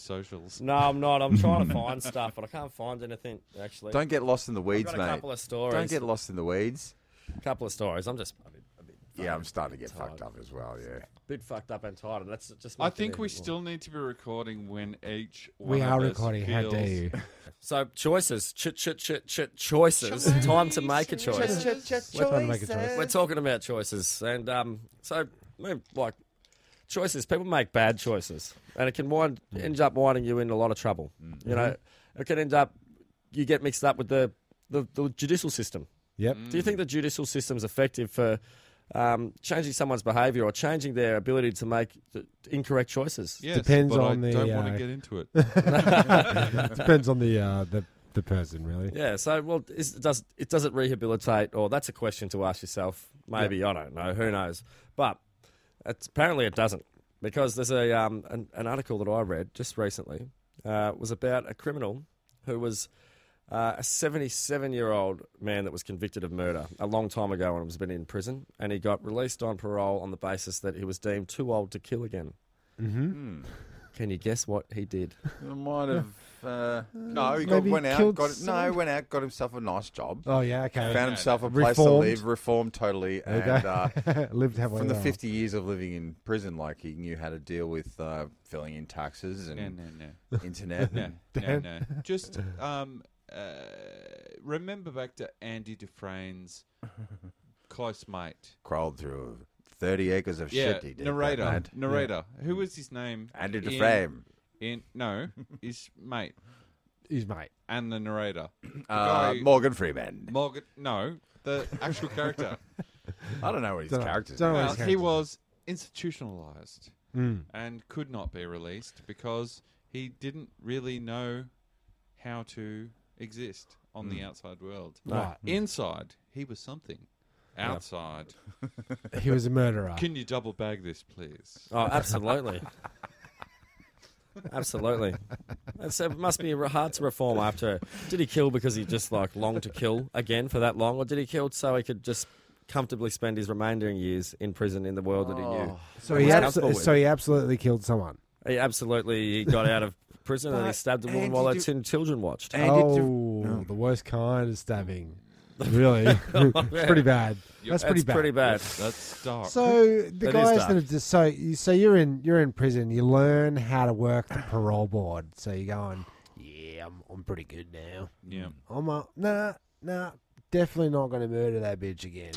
S4: *laughs*
S5: socials.
S4: No, I'm not. I'm trying to find stuff, but I can't find anything actually.
S2: Don't get lost in the
S4: I've
S2: weeds,
S4: got a
S2: mate.
S4: couple of stories.
S2: Don't get lost in the weeds.
S4: a couple of stories. I'm just a bit, a bit,
S2: Yeah, I'm starting to get
S4: tired.
S2: fucked up as well. Yeah,
S4: bit fucked up and tired. and That's just.
S5: I
S4: making
S5: think
S4: it
S5: we
S4: even more.
S5: still need to be recording when each
S1: We
S5: one
S1: are
S5: of us
S1: recording. How
S5: feels-
S1: dare you?
S4: So choices, chit chit chit chit choices. Time to make a choice.
S1: We're trying to make a choice.
S4: We're talking about choices, and um, so maybe, like choices, people make bad choices, and it can wind end up winding you in a lot of trouble. You know, it can end up you get mixed up with the the, the judicial system.
S1: Yep.
S4: Do you think the judicial system's effective for um, changing someone's behaviour or changing their ability to make the incorrect choices?
S5: *laughs* Yes,
S1: Depends
S5: but
S1: on
S5: I
S1: the,
S5: don't want
S1: uh,
S5: to get
S1: *laughs*
S5: into it.
S1: *laughs* Depends on the uh, the the person, really.
S4: Yeah, so well, is, does it does it rehabilitate, or that's a question to ask yourself? Maybe I don't know. Who knows? But it's, apparently, it doesn't because there's a um, an, an article that I read just recently uh, was about a criminal who was uh, a 77 year old man that was convicted of murder a long time ago and was been in prison, and
S1: Mm-hmm.
S4: he got released on parole on the basis that he was deemed too old to kill again. Can you guess what he did?
S2: might have. Uh, no, he got,
S1: maybe
S2: went out.
S1: killed
S2: Got, no,
S1: someone?
S2: went out. Got himself a nice job.
S1: Oh yeah, okay.
S2: found himself a place
S1: Reformed.
S2: to live. Reformed totally, and
S1: Okay.
S2: uh,
S1: *laughs* Lived halfway
S2: from the
S1: around.
S2: 50 years of living in prison, like he knew how to deal with uh, filling in taxes
S5: No,
S2: and
S5: no, *laughs* no.
S2: *laughs*
S1: *laughs*
S2: internet.
S5: No,
S2: and-
S5: no, no. Just um, uh, remember back to Andy Dufresne's close mate.
S2: crawled through 30 acres of
S5: Yeah,
S2: shit he did. that
S5: narrator.
S2: night.
S5: Narrator. Who was his name?
S2: Andy
S5: in-
S2: Dufresne.
S5: In
S1: *laughs*
S5: no, his mate
S1: His mate.
S5: and the narrator. *coughs*
S2: Uh,
S5: guy-
S2: Morgan Freeman.
S5: Morgan. No, the actual character.
S2: I don't know what his
S1: Dunno.
S2: character's
S1: Dunno
S2: name
S1: what
S5: Now,
S1: his
S2: is.
S5: he was institutionalized
S1: Mm.
S5: and could not be released because he didn't really know how to exist on the outside world.
S1: Right.
S5: Inside, he was something. Outside,
S1: He was a murderer.
S5: can you double bag this, please?
S4: Oh, absolutely. absolutely. That's, it must be re- hard to reform after. Did he kill because he just like longed to kill again for that long, or did he kill so he could just comfortably spend his remaining years in prison in the world that he knew?
S1: so he
S4: What's
S1: abso-
S4: comfortable with?
S1: so he absolutely killed someone.
S4: He absolutely got out of prison and he stabbed a woman
S2: Andy
S4: while her
S2: Du-
S4: two children watched.
S2: Andy
S1: oh,
S2: Duf-
S1: the worst kind of stabbing. Really, *laughs* it's pretty bad. That's pretty
S4: That's
S1: bad.
S4: pretty bad.
S5: That's dark.
S1: So the
S4: is
S1: guys
S4: dark.
S1: that have just so you- so you're in you're in prison. You learn how to work the parole board. So you're going, yeah, I'm I'm pretty good now.
S5: yeah.
S1: I'm a nah nah. Definitely not going to murder that bitch again.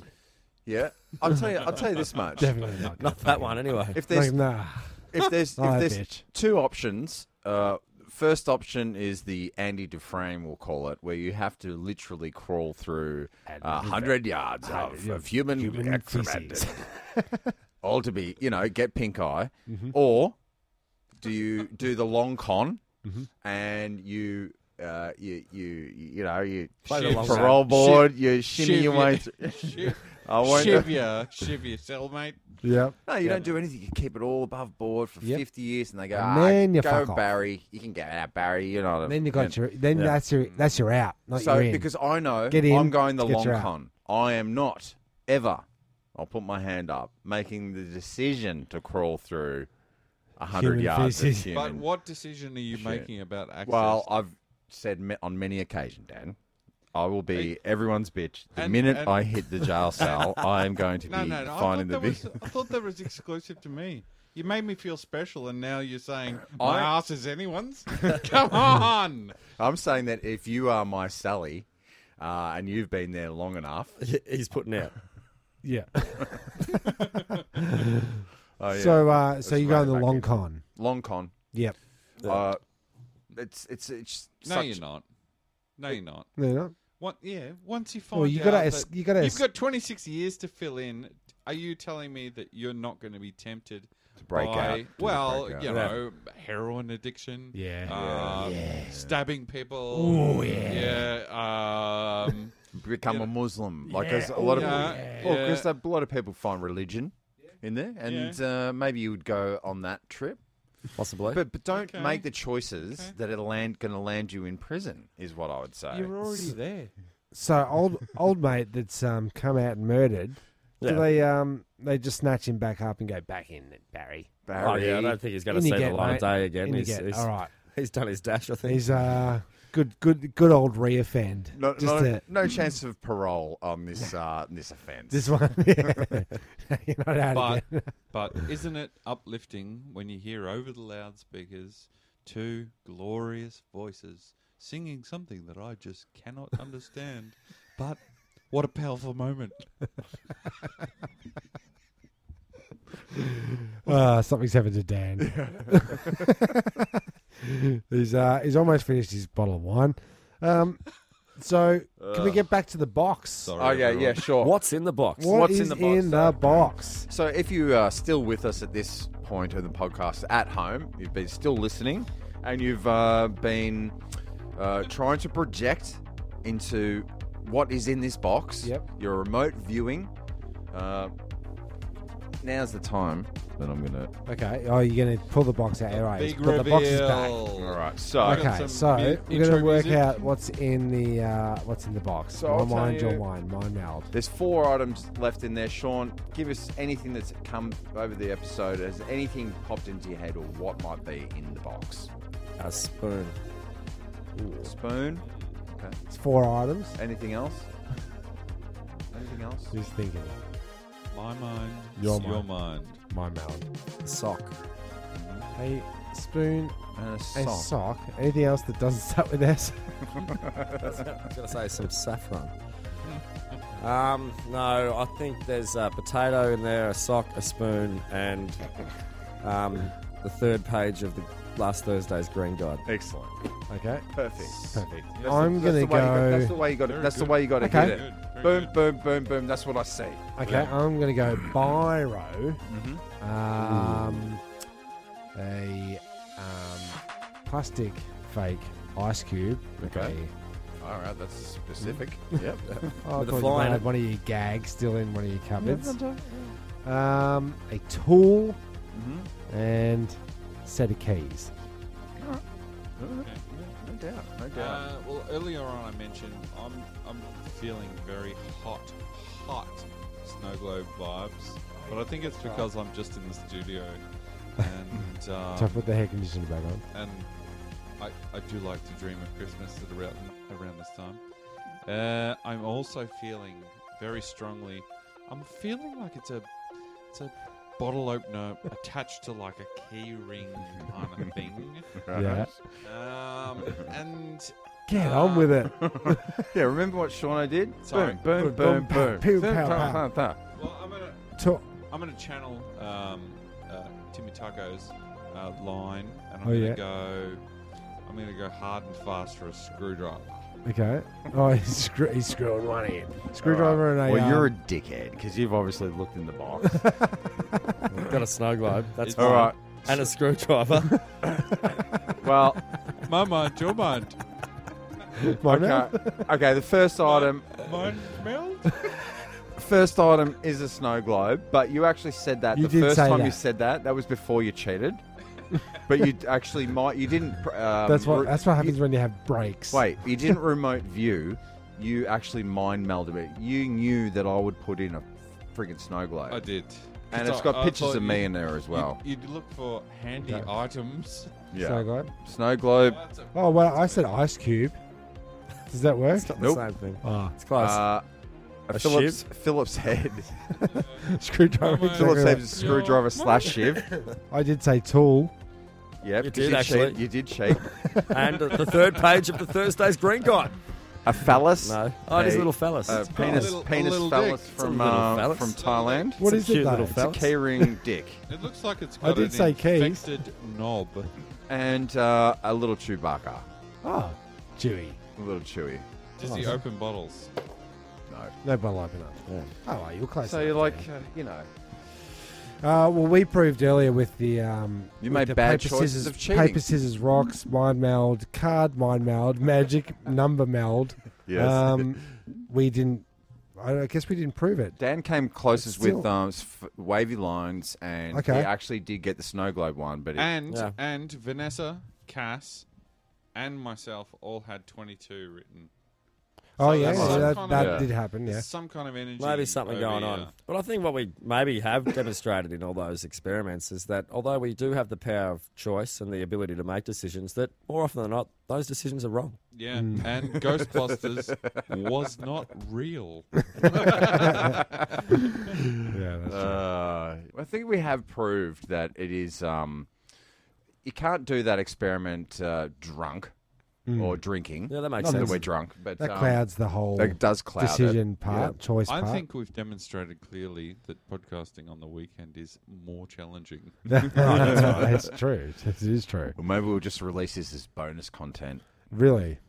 S2: Yeah, I'll tell you. I'll tell you this
S1: *laughs*
S2: much.
S1: Definitely not.
S4: Not that one anyway.
S2: If there's
S1: Like, nah.
S2: if there's
S1: Oh,
S2: if
S1: that
S2: there's
S1: bitch.
S2: two options, uh, first option is the Andy Dufresne, we'll call it, where you have to literally crawl through
S1: And-
S2: uh, hundred yards
S1: Uh,
S2: of,
S1: yeah,
S2: of human,
S1: human
S2: excrement, *laughs* all to be you know get pink eye, or do you do the long con and you. Uh, you you you know you
S4: Play the
S2: shiv-
S4: long game.
S2: parole board you shimmy
S5: Shiv
S2: your
S5: your-
S2: way through.
S5: Shiv,
S2: *laughs* I won't-
S5: shiv your, shiv your cellmate.
S1: Yep.
S2: No, you don't do anything. You keep it all above board for
S1: Yep.
S2: 50 years, and they go,
S1: And
S2: "Ah,
S1: then you
S2: go
S1: fuck off."
S2: Barry. You can go out, Barry. You're not. A,
S1: Then you got your. Then
S4: Yeah.
S1: that's your. That's your out. Not
S2: so
S1: your in.
S2: because I know
S1: Get in,
S2: I'm going the
S1: get
S2: long
S1: you out.
S2: con. I am not ever. I'll put my hand up, making the decision to crawl through a hundred
S1: Human
S2: yards. of
S1: feces.
S2: human-
S5: But what decision are you
S2: Shit.
S5: making about access?
S2: Well, I've said ma- on many occasions, Dan. I will be everyone's bitch. The
S5: And-
S2: minute
S5: and-
S2: I hit the jail
S5: *laughs*
S2: cell, I am going to be
S5: no, no, no. I
S2: finding
S5: thought,
S2: the
S5: that was,
S2: bitch.
S5: I thought that was exclusive to me. You made me feel special, and now you're
S2: *clears throat*
S5: saying my
S2: I-
S5: ass is
S2: *laughs*
S5: anyone's. Come on.
S2: I'm saying that if you are my Sally, uh, and you've been there long enough,
S4: He's putting out.
S1: *laughs* yeah.
S2: Oh, yeah.
S1: So uh, so
S2: Let's
S1: you
S2: run
S1: go the
S2: it back
S1: long
S2: in.
S1: con.
S2: long con.
S1: Yep.
S2: Uh, it's it's it's
S5: No,
S2: such-
S5: you're not. No, you're not.
S1: No, no.
S5: What? Yeah. Once you find
S1: Well, you
S5: out
S1: gotta
S5: that
S1: es- you gotta
S5: you've
S1: es-
S5: got 26 years to fill in. Are you telling me that you're not going to be tempted
S2: break
S5: by
S2: out, to
S5: well,
S2: break out.
S5: you
S4: Yeah.
S5: know, heroin addiction?
S1: Yeah.
S4: Uh,
S5: Um, Stabbing people. Oh yeah. Yeah.
S2: *laughs*
S5: Um,
S2: become a Muslim. Like 'cause a lot of
S5: Yeah.
S2: well,
S5: Yeah.
S2: because a lot of people find religion in there, and uh, maybe you would go on that trip.
S4: Possibly.
S2: But but don't
S5: Okay.
S2: make the choices that are land going to land you in prison. Is what I would say.
S5: you're already there.
S1: So old old mate that's um come out and murdered.
S4: Yeah.
S1: Do they um they just snatch him back up and go back in Barry?
S4: oh, yeah, I
S2: Barry.
S4: don't think he's going
S1: In
S4: to
S1: you
S4: see
S1: get,
S4: the light
S1: mate.
S4: of day again.
S1: In you
S4: He's,
S1: get.
S4: he's,
S1: All right.
S4: he's done his dash, I think.
S1: He's uh good good good old reoffend.
S2: no,
S1: just
S2: no,
S1: to-
S2: no chance of parole on this uh, this offence.
S1: this one. *laughs* You're not *laughs* out
S5: But
S1: again.
S5: but isn't it uplifting when you hear over the loudspeakers two glorious voices singing something that I just cannot understand? but what a powerful moment.
S1: Uh, something's happened to Dan. he's uh he's almost finished his bottle of wine. Um so can we get back to the box?
S2: oh yeah, yeah, sure.
S4: What's in the box?
S1: What
S2: What's
S1: is
S2: in the box,
S1: in the box?
S2: So, if you are still with us at this point of the podcast at home, you've been still listening, and you've uh, been uh, trying to project into what is in this box.
S1: Yep.
S2: Your remote viewing. Uh, now's the time that I'm gonna.
S1: Okay. Oh, you're going to pull the box out. All right.
S5: Big
S1: put the boxes back.
S5: reveal.
S2: All right, so
S5: I got
S1: Okay,
S5: some
S1: so
S5: mu-
S1: we're going
S5: intro
S1: to work
S5: music.
S1: out what's in the uh, what's in the box.
S2: So
S1: my
S2: I'll
S1: wine,
S2: tell
S1: your
S2: you-
S1: wine, my meld.
S2: there's four items left in there. Sean, give us anything that's come over the episode. Has anything popped into your head, or what might be in the box?
S4: A spoon.
S2: Spoon. Okay.
S1: It's four items.
S2: Anything else? Anything else?
S1: Who's thinking?
S5: My mind,
S1: Your
S5: your, your
S1: mind.
S5: mind.
S1: My meld.
S4: A sock.
S1: A spoon,
S2: And a
S1: a
S2: sock.
S1: sock. Anything else that doesn't *laughs* start with S?
S4: *laughs* I was gonna say some *laughs* saffron. Um, no, I think there's a potato in there, a sock, a spoon, and um, the third page of the last Thursday's Green
S2: *laughs*
S4: Guide.
S2: Excellent.
S1: Okay.
S2: Perfect.
S1: Perfect.
S2: That's the-
S1: I'm
S2: that's
S1: gonna
S2: the way you got- That's the
S1: go.
S2: way you got it.
S5: Very
S2: That's the
S5: good.
S2: way you got to
S1: Okay.
S2: get it.
S5: Good, very
S2: Boom,
S5: good.
S2: boom, boom, boom. That's what I see.
S1: Okay, I'm gonna
S2: *clears throat*
S1: go Biro.
S2: Mm-hmm.
S1: Um, a um, plastic fake ice cube.
S2: Okay. All right, that's specific.
S1: *laughs*
S2: yep.
S1: Oh, I
S4: With a
S1: thought you
S4: fly
S1: might
S4: in
S1: have
S4: it.
S1: one of your gags still in one of your cupboards. Um, a tool
S4: Mm-hmm.
S1: and set of keys.
S2: No doubt. No doubt.
S5: Uh, well, earlier on I mentioned I'm I'm feeling very hot, hot snow globe vibes, but I think it's because I'm just in the studio, and
S4: Oh.
S1: So I
S5: um,
S1: put the air conditioner back on.
S5: and I, I do like to dream of Christmas at around around this time. Uh, I'm also feeling very strongly. I'm feeling like it's a it's a bottle opener attached to like a key ring kind of
S1: *laughs*
S5: thing.
S1: Yeah.
S5: Um, and
S1: Get on with
S4: *laughs*
S1: it.
S2: Yeah, remember what Sean did?
S5: Sorry.
S2: Boom, boom, boom, boom.
S1: Pew,
S2: Boom,
S1: pow,
S2: pow,
S1: pow.
S2: pow, pow.
S5: well, I'm gonna
S1: To-
S5: I'm gonna channel um, uh, Timmy Taco's uh, line, and I'm
S1: Oh,
S5: gonna
S1: yeah.
S5: go. I'm gonna go hard and fast for a screwdriver.
S1: okay. Oh, he's, screw- he's screwing one in. Screwdriver and a.
S2: Well, you're a
S1: um,
S2: dickhead because you've obviously looked in the
S1: *laughs*
S2: box.
S4: Got a snow globe. That's
S2: All right.
S4: fine. And a screwdriver.
S2: Well,
S5: My mind,
S1: *laughs*
S5: your mind,
S1: my
S2: okay.
S4: um,
S1: mouth.
S2: okay, the first item
S5: mind meld.
S2: first item is a snow globe, but you actually said that
S1: You
S2: the
S1: did
S2: first
S1: say
S2: time you
S1: that.
S2: said that. That was before
S1: *laughs*
S2: you cheated. but you actually might you didn't. pr- Um,
S1: That's what
S2: re-
S1: that's what happens when you have breaks.
S2: Wait, you didn't remote view. You actually mind melded it. You knew that I would put in a friggin' snow globe,
S5: I did,
S2: and
S5: 'Cause
S2: it's
S5: I-
S2: got
S5: I
S2: pictures
S5: thought
S2: of me
S5: you'd-
S2: in there as well.
S5: You'd, you'd look for handy
S1: Okay.
S2: *laughs*
S5: items.
S1: Yeah. So good.
S2: snow globe.
S5: Well, that's a-
S1: Oh well, I said ice cube. Does that work?
S4: *laughs* it's not
S2: Nope.
S4: the same thing.
S1: *laughs* Ah,
S4: It's close.
S2: Uh, a
S4: A
S2: Phillips,
S1: *laughs*
S2: Phillips head.
S1: screwdriver.
S5: Mine.
S1: exactly
S2: Phillips head
S1: right.
S2: is a screwdriver slash shiv.
S1: I did say tool.
S2: Yep,
S4: You
S2: 'cause
S4: did actually.
S2: Cheat. You did cheat.
S4: and the third page of the Thursday's Green Guide.
S1: *laughs*
S2: A phallus.
S4: No. Oh, it is
S2: A-
S4: a little fellas.
S2: A
S4: It's
S2: Uh, penis,
S5: a little- a
S2: penis
S5: little
S2: phallus
S5: dick.
S2: from
S4: It's a little
S2: uh,
S4: phallus.
S2: from Thailand.
S1: What
S4: a
S1: is
S4: cute
S1: it though?
S4: little
S2: It's a
S4: Phallus.
S2: K-ring dick
S5: It looks like it's
S1: I
S5: got
S1: did
S5: an
S1: say keys.
S5: infected knob.
S2: and uh, a little Chewbacca,
S1: Oh, Chewy.
S2: a little Chewy.
S5: Just the open bottles.
S2: No.
S1: No bottle opener. Oh, well, you're close.
S2: So
S1: enough
S2: you're
S1: to
S2: like,
S1: me.
S2: uh, you know,
S1: Uh, well, we proved earlier with the um,
S2: You
S1: with
S2: made
S1: the
S2: bad
S1: paper,
S2: choices
S1: scissors,
S2: of cheating.
S1: Paper, scissors, rocks, mind meld, card, mind meld,
S2: *laughs*
S1: magic, number meld.
S2: Yes.
S1: Um, we didn't. I I guess we didn't prove it.
S2: Dan came closest
S1: Still-
S2: with um, s- f- wavy lines, and
S1: Okay.
S2: he actually did get the snow globe one, but it,
S5: And
S4: Yeah.
S5: and Vanessa, Cass, and myself all had 22 written.
S1: Oh
S5: So
S1: yeah,
S5: there's
S1: so
S5: some
S1: that,
S5: kind
S1: that
S5: of-
S1: did happen. Yeah.
S5: There's some kind of energy.
S4: Maybe something
S5: over
S4: going
S5: here.
S4: on. But I think what we maybe have demonstrated in all those experiments is that although we do have the power of choice and the ability to make decisions, that more often than not, those decisions are wrong.
S5: Yeah,
S1: Hmm.
S5: and
S2: *laughs*
S5: Ghostbusters was not real.
S1: Yeah, that's
S2: *laughs* Uh, I think we have proved that it is. Um, you can't do that experiment uh, drunk or drinking.
S4: Yeah, that makes
S2: Not
S4: sense.
S2: that we're drunk, but
S1: that
S2: um,
S1: clouds the whole
S2: that does cloud it.
S1: decision part, choice
S5: I
S1: part.
S5: think we've demonstrated clearly that podcasting on the weekend is more challenging.
S1: *laughs* it's true. It is true.
S2: Well, maybe we'll just release this as bonus content.
S1: Really.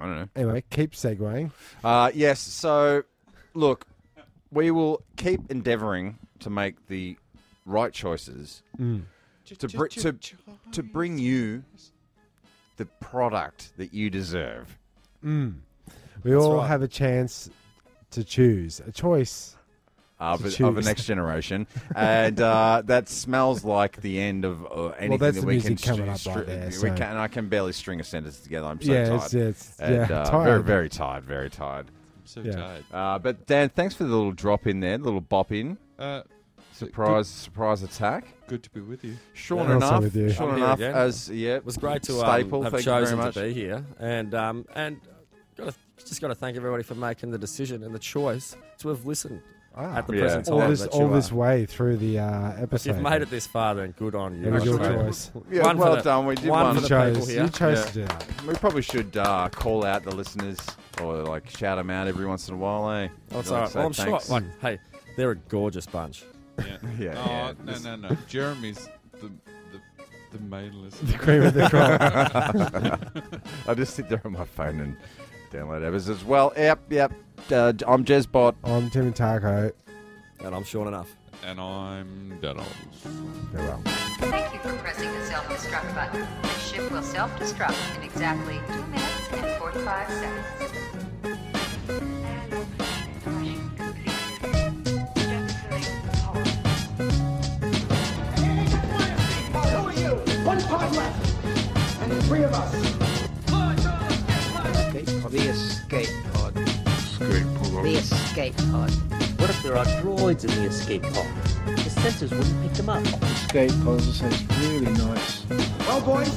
S2: I don't know.
S1: Anyway, keep segueing.
S2: Uh, yes. So, look, we will keep endeavouring to make the right choices to br- to to bring you the product that you deserve.
S1: We all
S4: Mm. right.
S1: have a chance to choose a choice
S2: uh,
S1: To
S2: of, of a
S1: choose. *laughs*
S2: next generation, and uh, that smells like the end of uh, anything
S1: that's
S2: that
S1: the
S2: we can.
S1: music coming up right
S2: str-
S1: there,
S2: we
S1: so-
S2: can. I can barely string a sentence together. I'm so
S1: yeah,
S2: tired.
S1: it's, it's
S2: and,
S1: yeah,
S2: uh,
S1: tired.
S2: Very, very tired. Very tired.
S5: I'm so
S1: Yeah.
S5: tired.
S2: Uh, but Dan, thanks for the little drop in there, the little bop in,
S5: Uh,
S2: surprise, surprise attack.
S5: good, good to be with you.
S2: Sure
S1: Yeah, I'll stay
S2: enough,
S1: with you.
S2: sure
S4: I'm here
S2: enough,
S4: again.
S2: as yeah,
S4: It was great to um,
S2: staple.
S4: have
S2: thank you very
S4: chosen
S2: much.
S4: to be here, and um, and gotta, just got to thank everybody for making the decision and the choice to have listened
S1: Ah.
S4: at the
S2: Yeah.
S4: present time.
S1: all this
S4: that
S1: all
S4: you
S1: this
S4: are.
S1: way through the uh,
S4: If
S1: episode.
S4: you've made it this far, then good on you.
S1: It was
S4: I
S1: your
S4: suppose.
S1: choice.
S2: Yeah,
S4: One for
S2: well
S4: the-
S2: done. We did
S4: one
S2: one.
S1: You
S4: for the people
S1: chose.
S4: here.
S1: You chose
S2: Yeah.
S1: to do that.
S2: We probably should uh, call out the listeners or like shout them out every once in a while, eh?
S4: That's
S2: Like,
S4: all right.
S2: say
S4: Oh, Well, I'm
S2: thanks.
S4: sure. Like, hey, they're a gorgeous bunch.
S5: *laughs* Yeah.
S2: Yeah,
S5: oh,
S2: yeah,
S5: no,
S2: this-
S5: no, no. Jeremy's the the, the main
S1: The
S5: listener.
S1: cream
S4: *laughs*
S1: of the crop.
S2: *laughs* I just sit there on my phone and download apps as well. Yep, yep. Uh, I'm Jezbot.
S1: I'm Tim and Taco.
S4: And I'm sure enough.
S5: and I'm Donald.
S1: Farewell.
S7: Thank you for pressing the self-destruct button. The ship will self-destruct in exactly 2 minutes and 45 seconds.
S8: The escape pod. The escape pod. What if there are droids in the escape pod? The sensors wouldn't pick them up.
S9: skate puzzle sounds really nice.
S10: Well, boys,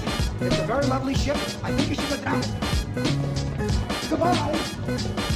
S10: it's a very lovely ship. I think you should go down. Goodbye.